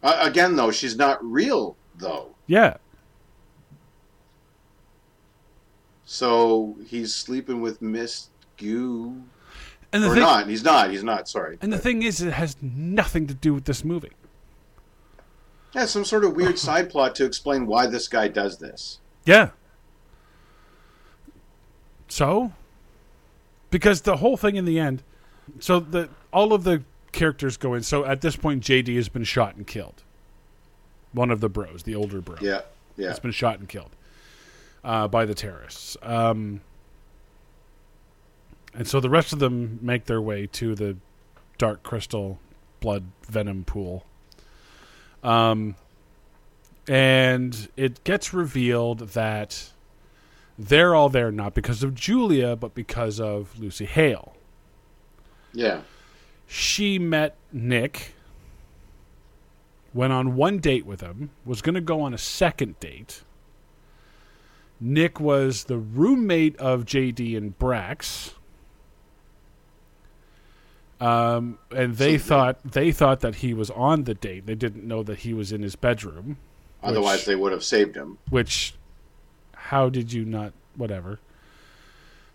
[SPEAKER 3] Uh, again, though, she's not real though.
[SPEAKER 2] Yeah.
[SPEAKER 3] So he's sleeping with Miss Goo.
[SPEAKER 2] And the
[SPEAKER 3] Or
[SPEAKER 2] thing
[SPEAKER 3] not. He's not. He's not. Sorry.
[SPEAKER 2] and the thing is it has nothing to do with this movie.
[SPEAKER 3] Yeah, some sort of weird side plot to explain why this guy does this.
[SPEAKER 2] Yeah. So, because the whole thing in the end, so the all of the characters go in. So at this point, JD has been shot and killed. One of the bros, the older bro,
[SPEAKER 3] Yeah, yeah.
[SPEAKER 2] has been shot and killed uh, by the terrorists. Um, and so the rest of them make their way to the dark crystal blood venom pool. Um, and it gets revealed that they're all there not because of Julia, but because of Lucy Hale.
[SPEAKER 3] Yeah.
[SPEAKER 2] She met Nick, went on one date with him, was going to go on a second date. Nick was the roommate of JD and Brax. Um, and they
[SPEAKER 3] So-
[SPEAKER 2] thought they thought that he was on the date. They didn't know that he was in his bedroom.
[SPEAKER 3] Otherwise, they would have saved him.
[SPEAKER 2] Which, how did you not? Whatever.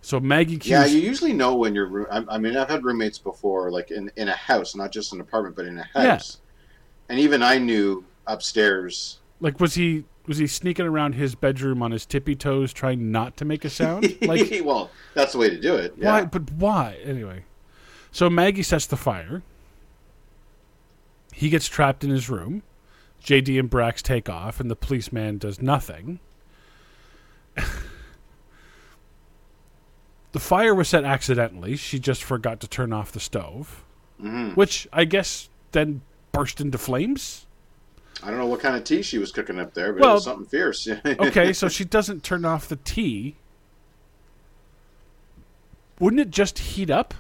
[SPEAKER 2] So Maggie Q.
[SPEAKER 3] Yeah, you usually know when you're. roo- I, I mean, I've had roommates before, like in, in a house, not just an apartment, but in a
[SPEAKER 2] Yeah.
[SPEAKER 3] house. And even I knew upstairs.
[SPEAKER 2] Like was he was he sneaking around his bedroom on his tippy toes trying not to make a sound? Like
[SPEAKER 3] well, that's the way to do it.
[SPEAKER 2] why
[SPEAKER 3] Yeah.
[SPEAKER 2] but why anyway? So Maggie sets the fire. He gets trapped in his room. JD and Brax take off and the policeman does nothing. the fire was set accidentally. She just forgot to turn off the stove,
[SPEAKER 3] hmm
[SPEAKER 2] which I guess then burst into flames.
[SPEAKER 3] I don't know what kind of tea she was cooking up there, but it
[SPEAKER 2] Well-
[SPEAKER 3] was something fierce.
[SPEAKER 2] Okay, so she doesn't turn off the tea. Wouldn't it just heat up?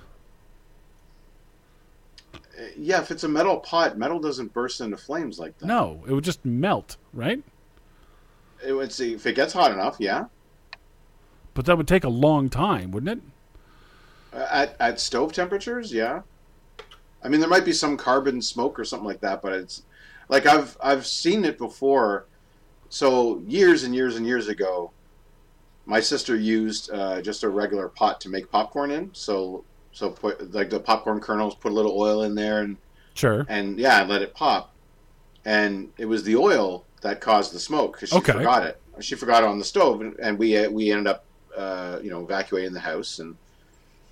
[SPEAKER 3] yeah, if it's a metal pot, metal doesn't burst into flames like that.
[SPEAKER 2] No, it would just melt, right?
[SPEAKER 3] It would see if it gets hot enough. Yeah,
[SPEAKER 2] But that would take a long time, wouldn't it?
[SPEAKER 3] Uh, at at stove temperatures. Yeah, I mean there might be some carbon smoke or something like that, but it's like I've I've seen it before. So years and years and years ago, my sister used uh, just a regular pot to make popcorn in. So so put like the popcorn kernels, put a little oil in there, and
[SPEAKER 2] Sure.
[SPEAKER 3] and yeah, I let it pop, and it was the oil that caused the smoke because she
[SPEAKER 2] Okay.
[SPEAKER 3] forgot it. She forgot it on the stove, and, and we uh, we ended up uh, you know evacuating the house and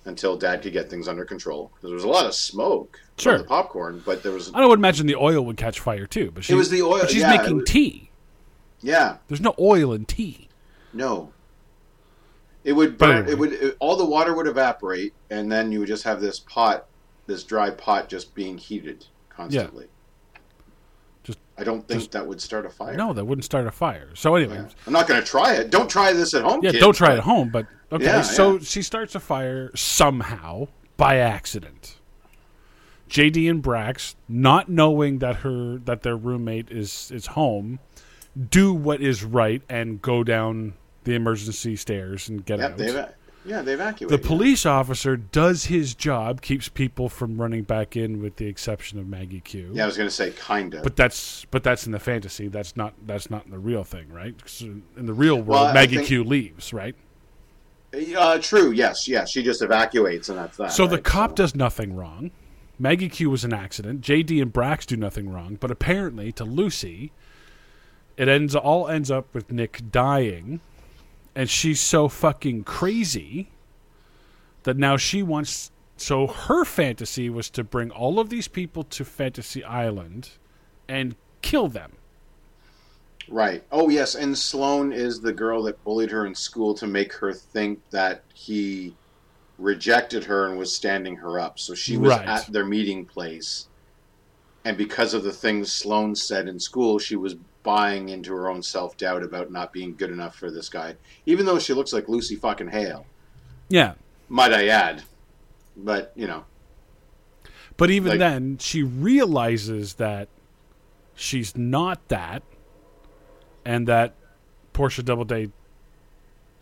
[SPEAKER 3] until Dad could get things under control because there was a lot of smoke
[SPEAKER 2] Sure.
[SPEAKER 3] from the popcorn, but there was
[SPEAKER 2] I don't would imagine the oil would catch fire too, but she,
[SPEAKER 3] it was the oil.
[SPEAKER 2] but she's
[SPEAKER 3] yeah, it
[SPEAKER 2] making
[SPEAKER 3] was-
[SPEAKER 2] tea.
[SPEAKER 3] yeah,
[SPEAKER 2] There's no oil in tea.
[SPEAKER 3] no. It would
[SPEAKER 2] But
[SPEAKER 3] burn.
[SPEAKER 2] anyway.
[SPEAKER 3] It would it- all the water would evaporate, and then you would just have this pot, this dry pot, just being heated constantly.
[SPEAKER 2] Just-
[SPEAKER 3] I don't think
[SPEAKER 2] just-
[SPEAKER 3] that would start a fire.
[SPEAKER 2] No, that wouldn't start a fire. So anyway,
[SPEAKER 3] Yeah. I'm not going to try it. Don't try this at home.
[SPEAKER 2] Yeah,
[SPEAKER 3] kid.
[SPEAKER 2] don't try it at home, but okay.
[SPEAKER 3] Yeah,
[SPEAKER 2] so
[SPEAKER 3] yeah.
[SPEAKER 2] she starts a fire somehow by accident. JD and Brax, not knowing that her that their roommate is is home, do what is right and go down the emergency stairs and get
[SPEAKER 3] Yep,
[SPEAKER 2] out.
[SPEAKER 3] they eva- yeah, they
[SPEAKER 2] the
[SPEAKER 3] evacuated.
[SPEAKER 2] police officer does his job, keeps people from running back in with the exception of Maggie Q.
[SPEAKER 3] Yeah, I was going to say kind of.
[SPEAKER 2] But that's but that's in the fantasy. That's not that's not in the real thing, right? 'Cause in in the real world,
[SPEAKER 3] Well, I
[SPEAKER 2] Maggie
[SPEAKER 3] think-
[SPEAKER 2] Q leaves, right?
[SPEAKER 3] Uh, true. Yes. Yes. She just evacuates, and that's that.
[SPEAKER 2] So the
[SPEAKER 3] right?
[SPEAKER 2] cop does nothing wrong. Maggie Q was an accident. JD and Brax do nothing wrong, but apparently to Lucy, it ends all ends up with Nick dying, and she's so fucking crazy that now she wants. So her fantasy was to bring all of these people to Fantasy Island and kill them.
[SPEAKER 3] Right. Oh yes, and Sloane is the girl that bullied her in school to make her think that he rejected her and was standing her up. So she was
[SPEAKER 2] Right.
[SPEAKER 3] at their meeting place, and because of the things Sloane said in school, she was buying into her own self doubt about not being good enough for this guy, even though she looks like Lucy fucking Hale.
[SPEAKER 2] Yeah,
[SPEAKER 3] might I add. But you know,
[SPEAKER 2] But even
[SPEAKER 3] Like-
[SPEAKER 2] then, she realizes that she's not that, and that Portia Doubleday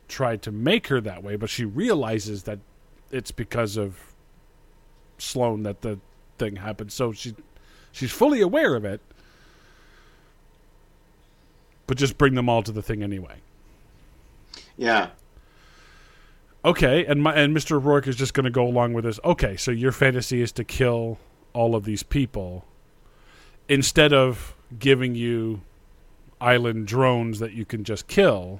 [SPEAKER 2] tried to make her that way. But she realizes that it's because of Sloane that the thing happened. So she she's fully aware of it, but just bring them all to the thing anyway.
[SPEAKER 3] yeah,
[SPEAKER 2] Okay, and my, and Mr. Rourke is just going to go along with this. Okay, so your fantasy is to kill all of these people instead of giving you island drones that you can just kill.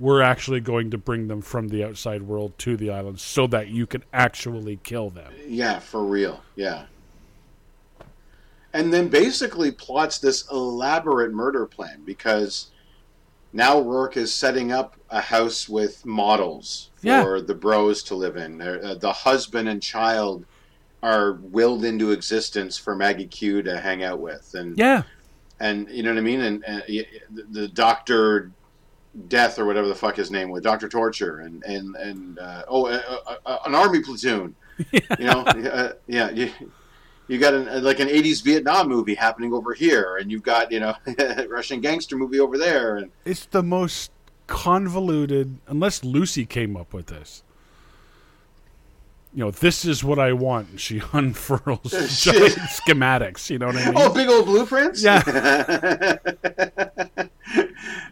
[SPEAKER 2] We're actually going to bring them from the outside world to the island so that you can actually kill them.
[SPEAKER 3] yeah, for real, yeah. And then basically plots this elaborate murder plan because now Rourke is setting up a house with models for
[SPEAKER 2] Yeah.
[SPEAKER 3] the bros to live in. They're- uh, The husband and child are willed into existence for Maggie Q to hang out with, and
[SPEAKER 2] Yeah,
[SPEAKER 3] and you know what I mean, and, and y- the, the Doctor Death or whatever the fuck his name was, Doctor Torture, and and and uh, oh, uh, uh, uh, an army platoon, you know, uh, yeah, you, you got an, uh, like an '80s Vietnam movie happening over here, and you've got you know Russian gangster movie over there, and
[SPEAKER 2] it's the most convoluted unless Lucy came up with this. You know, this is what I want. And she unfurls giant schematics. You know what I mean?
[SPEAKER 3] oh, big old blueprints,
[SPEAKER 2] Yeah.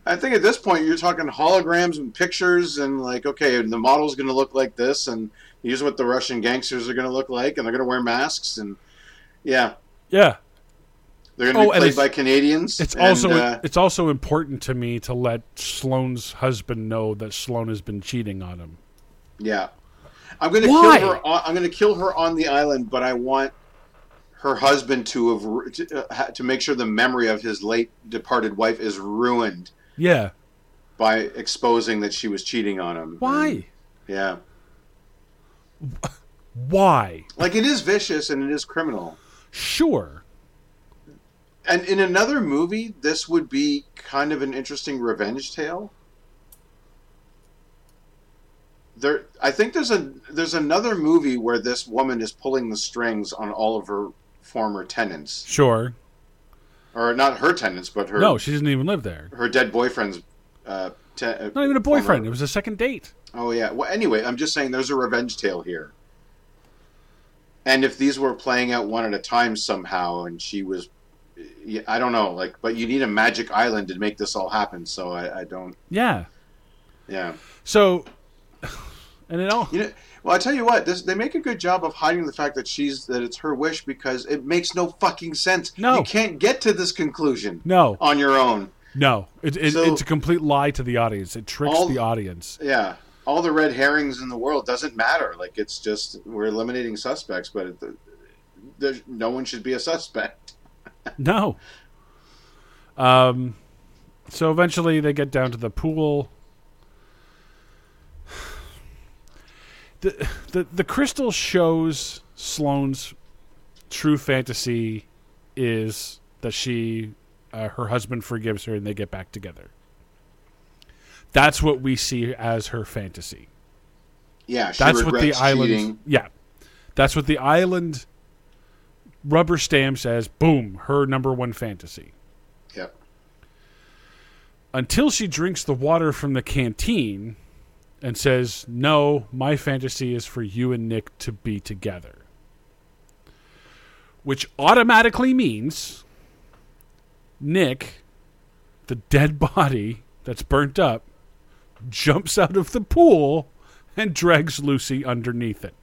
[SPEAKER 3] I think at this point you're talking holograms and pictures and like, okay, the model's going to look like this, and here's what the Russian gangsters are going to look like, and they're going to wear masks, and yeah,
[SPEAKER 2] Yeah,
[SPEAKER 3] they're going to
[SPEAKER 2] Oh,
[SPEAKER 3] be
[SPEAKER 2] and
[SPEAKER 3] played
[SPEAKER 2] it's-
[SPEAKER 3] by Canadians.
[SPEAKER 2] it's
[SPEAKER 3] and,
[SPEAKER 2] also
[SPEAKER 3] uh,
[SPEAKER 2] it's also important to me to let Sloane's husband know that Sloane has been cheating on him.
[SPEAKER 3] yeah. I'm going to kill
[SPEAKER 2] Why?
[SPEAKER 3] her. On, I'm going to kill her on the island, but I want her husband to have ru- to, uh, ha- to make sure the memory of his late departed wife is ruined
[SPEAKER 2] Yeah,
[SPEAKER 3] by exposing that she was cheating on him.
[SPEAKER 2] why?
[SPEAKER 3] Yeah.
[SPEAKER 2] Why?
[SPEAKER 3] Like it is vicious and it is criminal.
[SPEAKER 2] Sure,
[SPEAKER 3] And in another movie, this would be kind of an interesting revenge tale. There, I think there's a there's another movie where this woman is pulling the strings on all of her former tenants,
[SPEAKER 2] Sure.
[SPEAKER 3] or not her tenants, but her
[SPEAKER 2] No, she doesn't even live there.
[SPEAKER 3] her dead boyfriend's. Uh, te- uh,
[SPEAKER 2] Not even a boyfriend.
[SPEAKER 3] former-
[SPEAKER 2] It was a second date.
[SPEAKER 3] Oh yeah. Well, anyway, I'm just saying there's a revenge tale here. And if these were playing out one at a time somehow, and she was, yeah, I don't know, like, but you need a magic island to make this all happen. So I, I don't.
[SPEAKER 2] Yeah.
[SPEAKER 3] Yeah.
[SPEAKER 2] So, and it all.
[SPEAKER 3] You know. Well, I tell you what, this, they make a good job of hiding the fact that she's that it's her wish because it makes no fucking sense.
[SPEAKER 2] No.
[SPEAKER 3] you can't get to this conclusion
[SPEAKER 2] No,
[SPEAKER 3] on your own.
[SPEAKER 2] no. It, it,
[SPEAKER 3] So-
[SPEAKER 2] it's a complete lie to the audience. It tricks
[SPEAKER 3] All-
[SPEAKER 2] the audience.
[SPEAKER 3] Yeah, all the red herrings in the world doesn't matter. Like it's just we're eliminating suspects, but it, there's no one should be a suspect.
[SPEAKER 2] No. Um, so eventually they get down to the pool. The, the the crystal shows Sloane's true fantasy is that she uh, her husband forgives her and they get back together. That's what we see as her fantasy.
[SPEAKER 3] Yeah, she
[SPEAKER 2] That's what
[SPEAKER 3] regrets
[SPEAKER 2] the island.
[SPEAKER 3] cheating.
[SPEAKER 2] Yeah, that's what the island rubber stamps as boom her number one fantasy.
[SPEAKER 3] Yep.
[SPEAKER 2] until she drinks the water from the canteen and says, No, my fantasy is for you and Nick to be together. Which automatically means Nick, the dead body that's burnt up, jumps out of the pool and drags Lucy underneath it.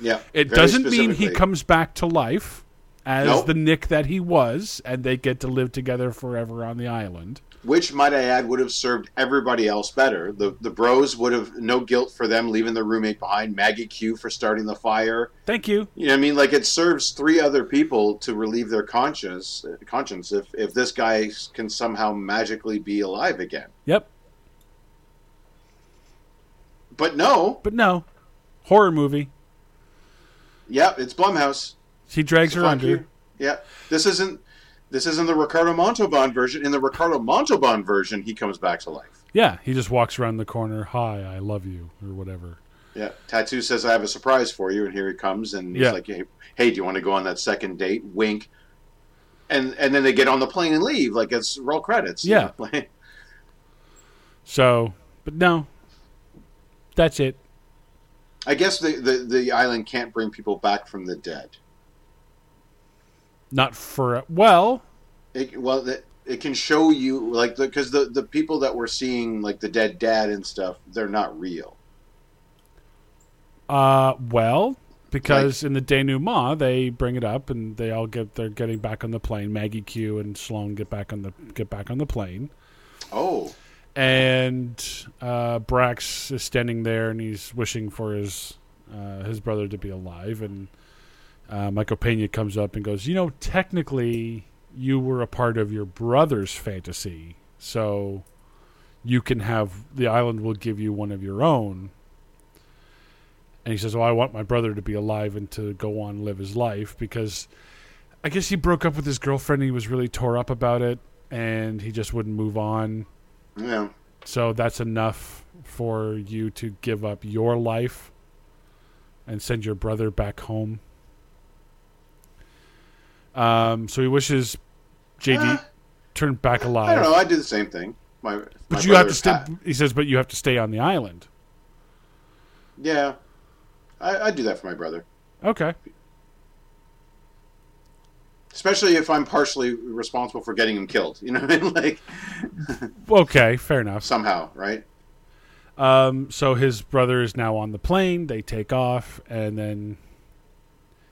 [SPEAKER 3] Yeah,
[SPEAKER 2] It
[SPEAKER 3] very
[SPEAKER 2] doesn't mean he
[SPEAKER 3] specifically.
[SPEAKER 2] comes back to life as
[SPEAKER 3] Nope.
[SPEAKER 2] the Nick that he was, and they get to live together forever on the island.
[SPEAKER 3] Which, might I add, would have served everybody else better. The the bros would have no guilt for them leaving the roommate behind. Maggie Q for starting the fire.
[SPEAKER 2] Thank you.
[SPEAKER 3] You know, what I mean, like it serves three other people to relieve their conscience conscience if if this guy can somehow magically be alive again.
[SPEAKER 2] Yep.
[SPEAKER 3] But no,
[SPEAKER 2] But no, horror movie.
[SPEAKER 3] yeah, it's Blumhouse.
[SPEAKER 2] He drags her
[SPEAKER 3] Fuck
[SPEAKER 2] under.
[SPEAKER 3] you. Yeah, this isn't this isn't the Ricardo Montalban version. In the Ricardo Montalban version, he comes back to life.
[SPEAKER 2] Yeah, he just walks around the corner. Hi, I love you, or whatever.
[SPEAKER 3] Yeah, Tattoo says, "I have a surprise for you," and here he comes, and he's
[SPEAKER 2] Yeah.
[SPEAKER 3] like, hey, "Hey, do you want to go on that second date?" Wink, and and then they get on the plane and leave. Like it's roll credits. you
[SPEAKER 2] Yeah.
[SPEAKER 3] know?
[SPEAKER 2] So, but no, that's it.
[SPEAKER 3] I guess the, the the island can't bring people back from the dead.
[SPEAKER 2] Not for well.
[SPEAKER 3] It, well, it, it can show you like because the, the people that we're seeing like the dead dad and stuff, they're not real.
[SPEAKER 2] Uh, well, because in the denouement they bring it up and they all get they're getting back on the plane. Maggie Q and Sloan get back on the get back on the plane.
[SPEAKER 3] Oh,
[SPEAKER 2] and uh, Brax is standing there and he's wishing for his uh, his brother to be alive. And uh, Michael Pena comes up and goes, "You know, technically, you were a part of your brother's fantasy, so you can have the island will give you one of your own." And he says, "Well, I want my brother to be alive and to go on and live his life because." I guess he broke up with his girlfriend. And he was really tore up about it, and he just wouldn't move on.
[SPEAKER 3] yeah,
[SPEAKER 2] So that's enough for you to give up your life and send your brother back home. Um, so he wishes JD
[SPEAKER 3] Ah.
[SPEAKER 2] turned back
[SPEAKER 3] I
[SPEAKER 2] alive.
[SPEAKER 3] don't know. I do the same thing. My, my
[SPEAKER 2] but you have
[SPEAKER 3] brother
[SPEAKER 2] to stay.
[SPEAKER 3] Pat-
[SPEAKER 2] He says, but you have to stay on the island.
[SPEAKER 3] Yeah, I, I do that for my brother,
[SPEAKER 2] Okay.
[SPEAKER 3] especially if I'm partially responsible for getting him killed. You know what I mean? Like
[SPEAKER 2] Okay, fair enough.
[SPEAKER 3] somehow, right?
[SPEAKER 2] Um, so his brother is now on the plane. They take off, and then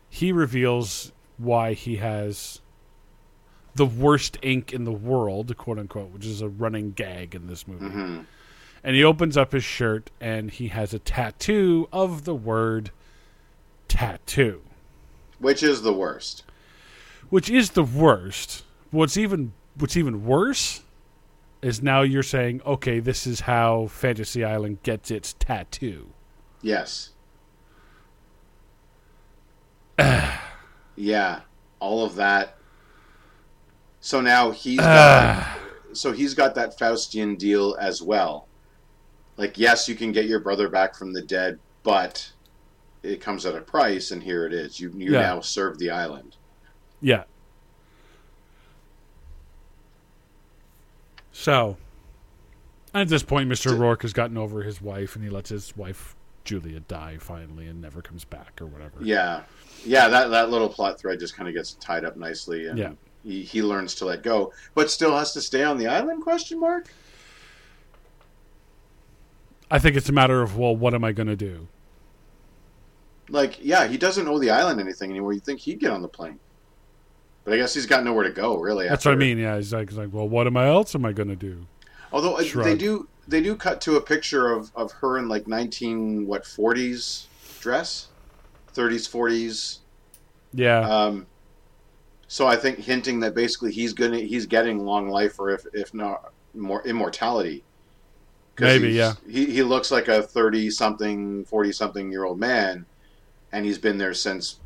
[SPEAKER 2] he reveals why he has the worst ink in the world, quote unquote, which is a running gag in this movie.
[SPEAKER 3] hmm
[SPEAKER 2] And he opens up his shirt, and he has a tattoo of the word tattoo,
[SPEAKER 3] Which is the worst?
[SPEAKER 2] which is the worst. What's even what's even worse is now you're saying, okay, this is how Fantasy Island gets its tattoo.
[SPEAKER 3] Yes. yeah, all of that. So now he's got, so he's got that Faustian deal as well. Like, yes, you can get your brother back from the dead, but it comes at a price, and here it is. You you
[SPEAKER 2] Yeah.
[SPEAKER 3] now serve the island.
[SPEAKER 2] Yeah. So, at this point, Mr.
[SPEAKER 3] Did-
[SPEAKER 2] Rourke has gotten over his wife, and he lets his wife Julia die finally, and never comes back or whatever.
[SPEAKER 3] Yeah, yeah. That that little plot thread just kind of gets tied up nicely, and
[SPEAKER 2] Yeah.
[SPEAKER 3] he, he learns to let go, but still has to stay on the island? Question mark.
[SPEAKER 2] I think it's a matter of well, what am I going to do?
[SPEAKER 3] Like, yeah, he doesn't owe the island anything anymore. You would think he'd get on the plane, but I guess he's got nowhere to go really.
[SPEAKER 2] That's
[SPEAKER 3] after-
[SPEAKER 2] what I mean. Yeah, he's like, he's like well, what am I else am I going to do?
[SPEAKER 3] Although uh, they
[SPEAKER 2] Shrug.
[SPEAKER 3] do they do cut to a picture of of her in like nineteen what forties dress, thirties forties.
[SPEAKER 2] Yeah,
[SPEAKER 3] Um, so I think hinting that basically he's gonna he's getting long life or if if not more immortality. 'Cause
[SPEAKER 2] Maybe,
[SPEAKER 3] he's- He he looks like a thirty something, forty something year old man, and he's been there since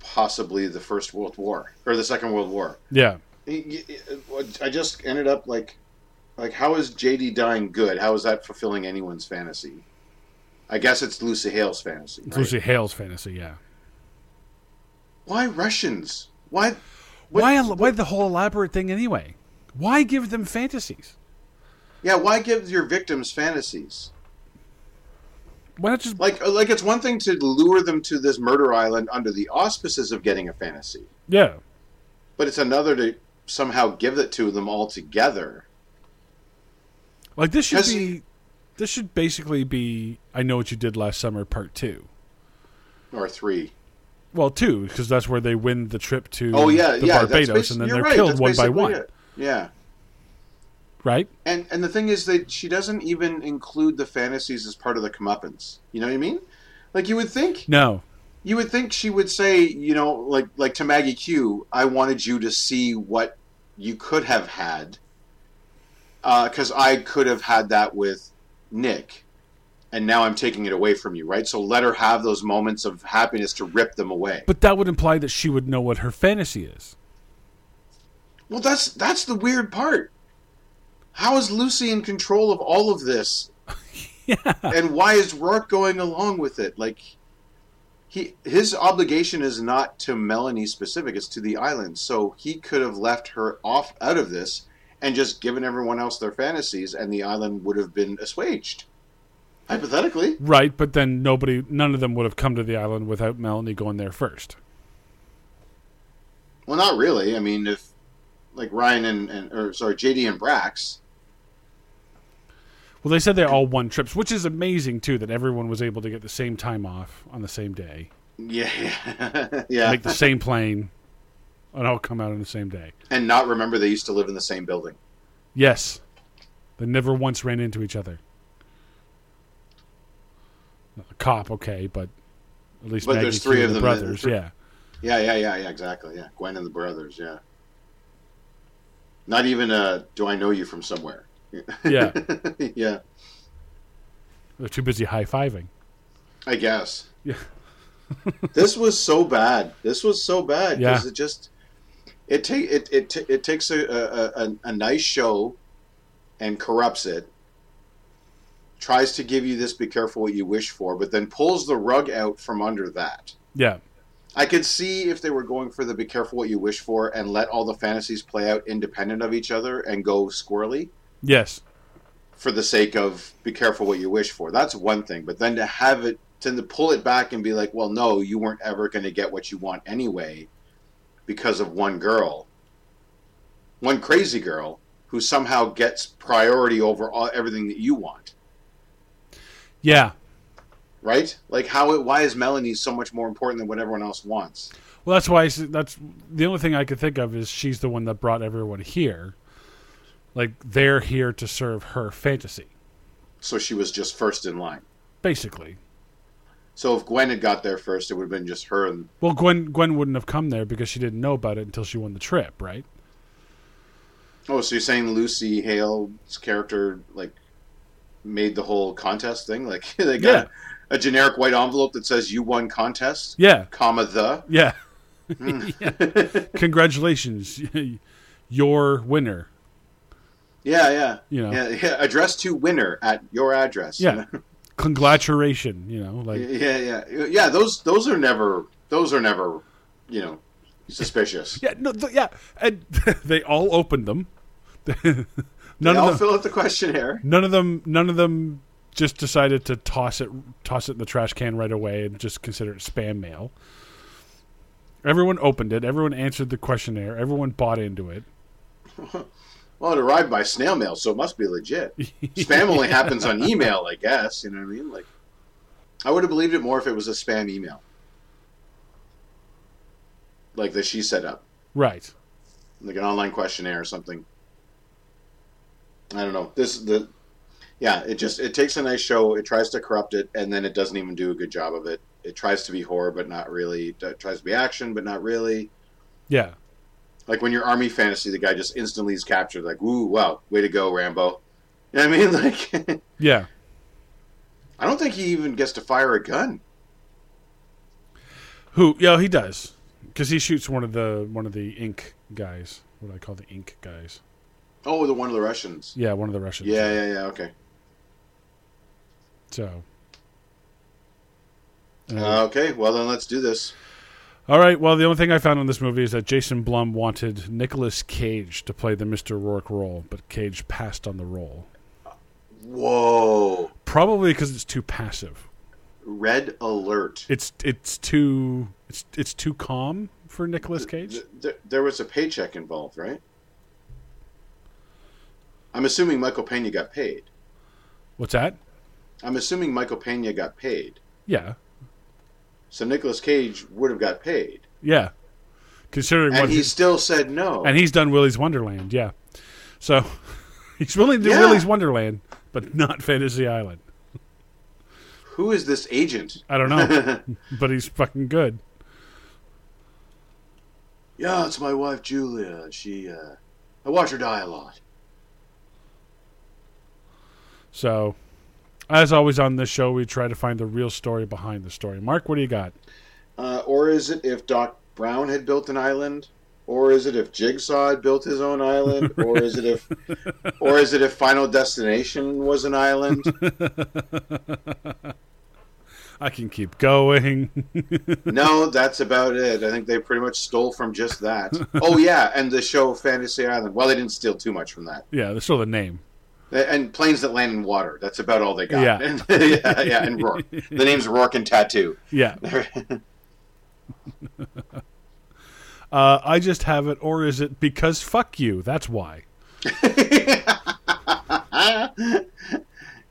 [SPEAKER 3] possibly the first World War or the Second World War.
[SPEAKER 2] yeah.
[SPEAKER 3] He- he- I just ended up like, like how is JD dying good? How is that fulfilling anyone's fantasy? I guess it's Lucy Hale's fantasy.
[SPEAKER 2] It's
[SPEAKER 3] right?
[SPEAKER 2] Lucy Hale's fantasy. Yeah.
[SPEAKER 3] Why Russians? Why What-
[SPEAKER 2] Why? Why the whole elaborate thing anyway? Why give them fantasies?
[SPEAKER 3] Yeah, why give your victims fantasies?
[SPEAKER 2] Why not just
[SPEAKER 3] Like, uh, like it's one thing to lure them to this murder island under the auspices of getting a fantasy,
[SPEAKER 2] yeah?
[SPEAKER 3] but it's another to somehow give it to them altogether.
[SPEAKER 2] Like this should
[SPEAKER 3] Has
[SPEAKER 2] be,
[SPEAKER 3] he-
[SPEAKER 2] this should basically be. I know what you did last summer, part two.
[SPEAKER 3] Or three.
[SPEAKER 2] Well, two because that's where they win the trip to
[SPEAKER 3] Oh yeah,
[SPEAKER 2] the
[SPEAKER 3] yeah. that's
[SPEAKER 2] Barbados,
[SPEAKER 3] basi-
[SPEAKER 2] and then
[SPEAKER 3] you're
[SPEAKER 2] they're
[SPEAKER 3] right,
[SPEAKER 2] killed
[SPEAKER 3] that's
[SPEAKER 2] one by
[SPEAKER 3] basically
[SPEAKER 2] one,
[SPEAKER 3] it. Yeah,
[SPEAKER 2] right?
[SPEAKER 3] and and the thing is that she doesn't even include the fantasies as part of the comeuppance. You know what I mean? Like you would think,
[SPEAKER 2] No,
[SPEAKER 3] you would think she would say, you know, like like to Maggie Q, I wanted you to see what you could have had, because I could have had that with Nick, and now I'm taking it away from you, right? So let her have those moments of happiness to rip them away.
[SPEAKER 2] but that would imply that she would know what her fantasy is.
[SPEAKER 3] Well, that's that's the weird part. How is Lucy in control of all of this? And why is Rourke going along with it? Like he his obligation is not to Melanie specific, it's to the island. So he could have left her off out of this and just given everyone else their fantasies and the island would have been assuaged. Hypothetically.
[SPEAKER 2] Right, but then nobody, none of them would have come to the island without Melanie going there first.
[SPEAKER 3] Well, not really. I mean, if like Ryan and, and or sorry, JD and Brax,
[SPEAKER 2] Well, they said they all won trips, which is amazing too. That everyone was able to get the same time off on the same day,
[SPEAKER 3] yeah, yeah,
[SPEAKER 2] make the same plane, and all come out on the same day.
[SPEAKER 3] and not remember they used to live in the same building.
[SPEAKER 2] Yes. They never once ran into each other. A cop, okay, but at least
[SPEAKER 3] But
[SPEAKER 2] Maggie
[SPEAKER 3] there's
[SPEAKER 2] Q
[SPEAKER 3] three
[SPEAKER 2] and
[SPEAKER 3] of
[SPEAKER 2] the
[SPEAKER 3] them, and
[SPEAKER 2] brothers.
[SPEAKER 3] three-
[SPEAKER 2] Yeah,
[SPEAKER 3] Yeah, yeah, yeah, yeah, exactly. Yeah, Gwen and the brothers. Yeah. Not even uh do I know you from somewhere?
[SPEAKER 2] yeah.
[SPEAKER 3] yeah,
[SPEAKER 2] They're too busy high fiving.
[SPEAKER 3] I guess.
[SPEAKER 2] Yeah.
[SPEAKER 3] this was so bad. This was so bad because
[SPEAKER 2] Yeah.
[SPEAKER 3] it just it take it it, ta- it takes a, a a a nice show and corrupts it. Tries to give you this be careful what you wish for, but then pulls the rug out from under that.
[SPEAKER 2] Yeah,
[SPEAKER 3] I could see if they were going for the be careful what you wish for and let all the fantasies play out independent of each other and go squirrely
[SPEAKER 2] yes,
[SPEAKER 3] for the sake of be careful what you wish for. That's one thing. But then to have it, then to pull it back and be like, well, no, you weren't ever going to get what you want anyway because of one girl, one crazy girl who somehow gets priority over all, everything that you want,
[SPEAKER 2] yeah.
[SPEAKER 3] right? Like, how, it, why is Melanie so much more important than what everyone else wants?
[SPEAKER 2] Well, that's why. I s- That's the only thing I could think of is she's the one that brought everyone here. Like they're here to serve her fantasy,
[SPEAKER 3] So she was just first in line.
[SPEAKER 2] basically.
[SPEAKER 3] So if Gwen had got there first, it would have been just her. And
[SPEAKER 2] Well, Gwen Gwen wouldn't have come there because she didn't know about it until she won the trip, right?
[SPEAKER 3] oh, so you're saying Lucy Hale's character like made the whole contest thing? Like they got a generic white envelope that says "You won contest,"
[SPEAKER 2] Yeah,
[SPEAKER 3] comma the. Mm.
[SPEAKER 2] Yeah. Yeah. Congratulations. your winner.
[SPEAKER 3] Yeah, yeah.
[SPEAKER 2] You know.
[SPEAKER 3] Yeah, yeah. Address to winner at your address.
[SPEAKER 2] Yeah. Congratulation, you know, like
[SPEAKER 3] yeah, yeah. Yeah, those those are never those are never, you know, suspicious.
[SPEAKER 2] yeah, no, th- yeah, and they all opened them.
[SPEAKER 3] They
[SPEAKER 2] none
[SPEAKER 3] all
[SPEAKER 2] of them,
[SPEAKER 3] fill out the questionnaire.
[SPEAKER 2] none of them, none of them just decided to toss it, toss it in the trash can right away and just consider it spam mail. Everyone opened it. Everyone answered the questionnaire. Everyone bought into it.
[SPEAKER 3] Well, it arrived by snail mail, so it must be legit. Spam only happens on email, I guess. You know what I mean? Like, I would have believed it more if it was a spam email, like that she set up,
[SPEAKER 2] Right.
[SPEAKER 3] like an online questionnaire or something. I don't know. This the, yeah. It just it takes a nice show. It tries to corrupt it, and then it doesn't even do a good job of it. It tries to be horror, but not really. It tries to be action, but not really.
[SPEAKER 2] Yeah.
[SPEAKER 3] Like when you're army fantasy, the guy just instantly is captured. Like, ooh, wow, way to go, Rambo. You know what I mean? Like,
[SPEAKER 2] Yeah.
[SPEAKER 3] I don't think he even gets to fire a gun.
[SPEAKER 2] Who? Yeah, he does because he shoots one of the one of the ink guys. What do I call the ink guys?
[SPEAKER 3] Oh, the one of the Russians.
[SPEAKER 2] Yeah, one of the Russians.
[SPEAKER 3] Yeah, yeah, yeah. Okay,
[SPEAKER 2] So.
[SPEAKER 3] Uh, okay. Well, then let's do this.
[SPEAKER 2] All right. Well, the only thing I found on this movie is that Jason Blum wanted Nicolas Cage to play the Mr. Rourke role, but Cage passed on the role.
[SPEAKER 3] Whoa!
[SPEAKER 2] Probably because it's too passive.
[SPEAKER 3] Red alert.
[SPEAKER 2] It's it's too it's it's too calm for Nicolas Cage.
[SPEAKER 3] Th- th- there was a paycheck involved, right? I'm assuming Michael Pena got paid.
[SPEAKER 2] What's that?
[SPEAKER 3] I'm assuming Michael Pena got paid.
[SPEAKER 2] Yeah,
[SPEAKER 3] So Nicolas Cage would have got paid,
[SPEAKER 2] yeah. Considering
[SPEAKER 3] and
[SPEAKER 2] what
[SPEAKER 3] he still said no.
[SPEAKER 2] and he's done Willy's Wonderland. Yeah, so he's willing to do
[SPEAKER 3] Yeah.
[SPEAKER 2] Willy's Wonderland, but not Fantasy Island.
[SPEAKER 3] Who is this agent?
[SPEAKER 2] I don't know, but he's fucking good.
[SPEAKER 3] Yeah, it's my wife Julia. She, uh, I watch her die a lot.
[SPEAKER 2] So, as always on this show, we try to find the real story behind the story. Mark, what do you got?
[SPEAKER 3] Uh, or is it if Doc Brown had built an island? Or is it if Jigsaw had built his own island? Or is it if, or is it if Final Destination was an island?
[SPEAKER 2] I can keep going.
[SPEAKER 3] No, that's about it. I think they pretty much stole from just that. Oh yeah, and the show Fantasy Island. Well, they didn't steal too much from that.
[SPEAKER 2] yeah, that's still the name.
[SPEAKER 3] And planes that land in water. That's about all they got.
[SPEAKER 2] Yeah.
[SPEAKER 3] And- yeah, yeah, and Rourke. The name's Rourke and Tattoo.
[SPEAKER 2] Yeah. uh, I just have it, or is it because fuck you? That's why.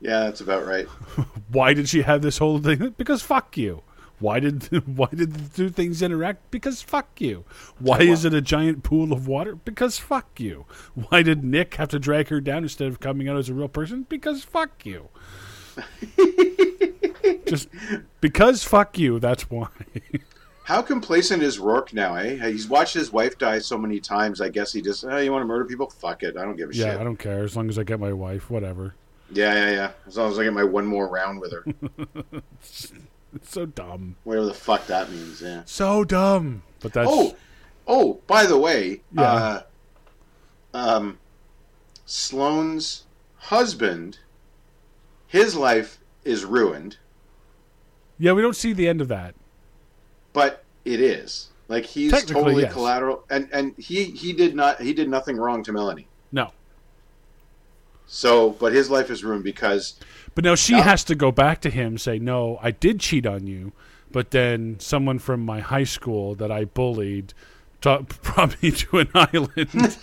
[SPEAKER 3] Yeah, that's about right.
[SPEAKER 2] Why did she have this whole thing? Because fuck you. Why did why did the two things interact? Because fuck you. Why is it a giant pool of water? Because fuck you. Why did Nick have to drag her down instead of coming out as a real person? Because fuck you. Just because fuck you. That's why.
[SPEAKER 3] How complacent is Rourke now, eh? He's watched his wife die so many times. I guess he just, oh, you want to murder people? Fuck it. I don't give a
[SPEAKER 2] yeah,
[SPEAKER 3] shit.
[SPEAKER 2] I don't care as long as I get my wife. Whatever.
[SPEAKER 3] Yeah, yeah, yeah. As long as I get my one more round with her.
[SPEAKER 2] It's so dumb.
[SPEAKER 3] Whatever the fuck that means, yeah.
[SPEAKER 2] So dumb. But that's
[SPEAKER 3] Oh, oh, by the way,
[SPEAKER 2] Yeah.
[SPEAKER 3] uh, um, Sloane's husband, his life is ruined,
[SPEAKER 2] yeah. We don't see the end of that.
[SPEAKER 3] but it is. Like he's
[SPEAKER 2] Technically,
[SPEAKER 3] totally
[SPEAKER 2] yes.
[SPEAKER 3] collateral and, and he, he did not he did nothing wrong to Melanie.
[SPEAKER 2] No.
[SPEAKER 3] So but his life is ruined because
[SPEAKER 2] But now she has to go back to him say, "No, I did cheat on you, but then someone from my high school that I bullied ta- brought me to an island,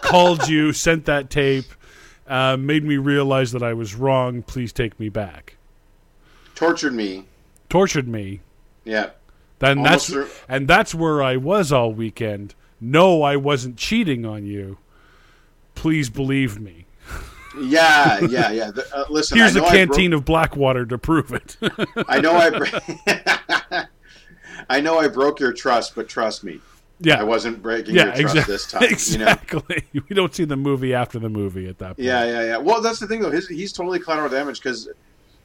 [SPEAKER 2] called you, sent that tape, uh, made me realize that I was wrong. Please take me back.
[SPEAKER 3] tortured me.
[SPEAKER 2] Tortured me.
[SPEAKER 3] Yeah.
[SPEAKER 2] Then that's
[SPEAKER 3] Almost through-
[SPEAKER 2] and that's where I was all weekend. No, I wasn't cheating on you. Please believe me."
[SPEAKER 3] Yeah, yeah, yeah. The- uh, listen,
[SPEAKER 2] Here's
[SPEAKER 3] I
[SPEAKER 2] a
[SPEAKER 3] know I broke-
[SPEAKER 2] canteen of Blackwater to prove it.
[SPEAKER 3] I know I, br- I know I broke your trust, but trust me,
[SPEAKER 2] yeah,
[SPEAKER 3] I wasn't breaking
[SPEAKER 2] yeah,
[SPEAKER 3] your trust
[SPEAKER 2] exac-
[SPEAKER 3] this time. You know?
[SPEAKER 2] Exactly. We don't see the movie after the movie at that point.
[SPEAKER 3] Yeah, yeah, yeah. Well, that's the thing though. His, he's totally collateral damage because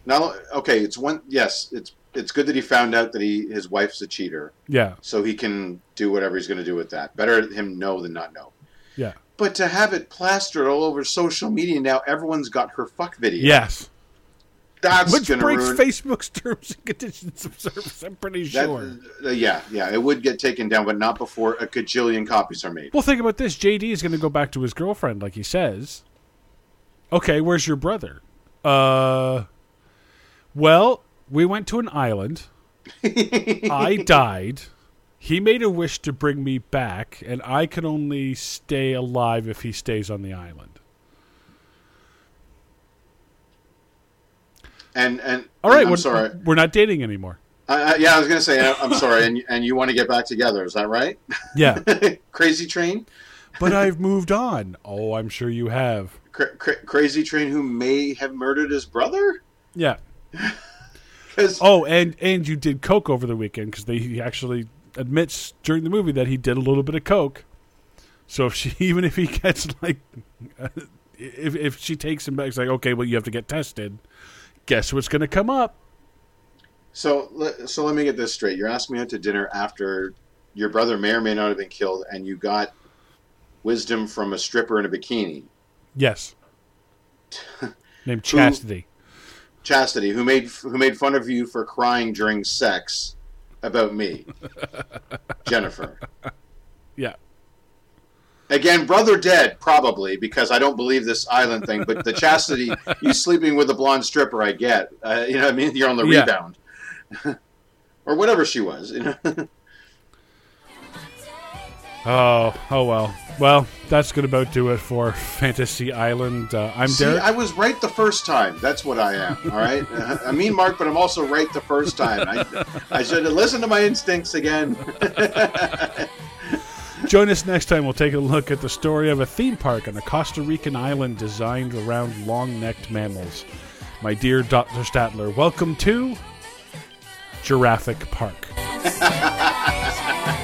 [SPEAKER 3] now, okay, it's one. Yes, it's it's good that he found out that he his wife's a cheater,
[SPEAKER 2] Yeah.
[SPEAKER 3] so he can do whatever he's going to do with that. Better him know than not know.
[SPEAKER 2] Yeah.
[SPEAKER 3] But to have it plastered all over social media now, everyone's got her fuck video.
[SPEAKER 2] Yes.
[SPEAKER 3] that's
[SPEAKER 2] Which
[SPEAKER 3] gonna
[SPEAKER 2] breaks
[SPEAKER 3] ruin.
[SPEAKER 2] Facebook's terms and conditions of service, I'm pretty
[SPEAKER 3] that-
[SPEAKER 2] sure.
[SPEAKER 3] uh, yeah, yeah, it would get taken down, but not before a cajillion copies are made.
[SPEAKER 2] Well, think about this. JD is going to go back to his girlfriend, like he says. Okay, where's your brother? Uh, well, we went to an island. I died. He made a wish to bring me back, and I can only stay alive if he stays on the island.
[SPEAKER 3] And and
[SPEAKER 2] All right,
[SPEAKER 3] I'm
[SPEAKER 2] we're,
[SPEAKER 3] sorry.
[SPEAKER 2] we're not dating anymore.
[SPEAKER 3] I, I, yeah, I was gonna say I- I'm sorry, and and you want to get back together? Is that right?
[SPEAKER 2] Yeah,
[SPEAKER 3] Crazy Train,
[SPEAKER 2] but I've moved on. Oh, I'm sure you have.
[SPEAKER 3] Cra- Cra- Crazy Train, who may have murdered his brother?
[SPEAKER 2] Yeah.
[SPEAKER 3] 'Cause-
[SPEAKER 2] Oh, and and you did coke over the weekend because they he actually admits during the movie that he did a little bit of coke. So if she, even if he gets like, uh, if if she takes him back, it's like okay, well you have to get tested. Guess what's going to come up?
[SPEAKER 3] So le- so let me get this straight. You're asking me out to dinner after your brother may or may not have been killed, and you got wisdom from a stripper in a bikini,
[SPEAKER 2] Yes. Named Chastity.
[SPEAKER 3] Chastity, who made who made fun of you for crying during sex about me, Jennifer.
[SPEAKER 2] Yeah.
[SPEAKER 3] Again, brother dead, probably because I don't believe this island thing. But the chastity, you sleeping with a blonde stripper, I get. Uh, you know, what I mean, you're on the
[SPEAKER 2] Yeah.
[SPEAKER 3] rebound, or whatever she was. You know,
[SPEAKER 2] Oh, oh well. Well, that's going to about do it for Fantasy Island. Uh, I'm
[SPEAKER 3] See,
[SPEAKER 2] Derek.
[SPEAKER 3] I was right the first time. That's what I am. All right, I mean Mark, but I'm also right the first time. I, I should listen to my instincts again.
[SPEAKER 2] Join us next time. We'll take a look at the story of a theme park on a Costa Rican island designed around long necked mammals. My dear Dr. Statler, welcome to Jurassic Park.
[SPEAKER 4] Thank you.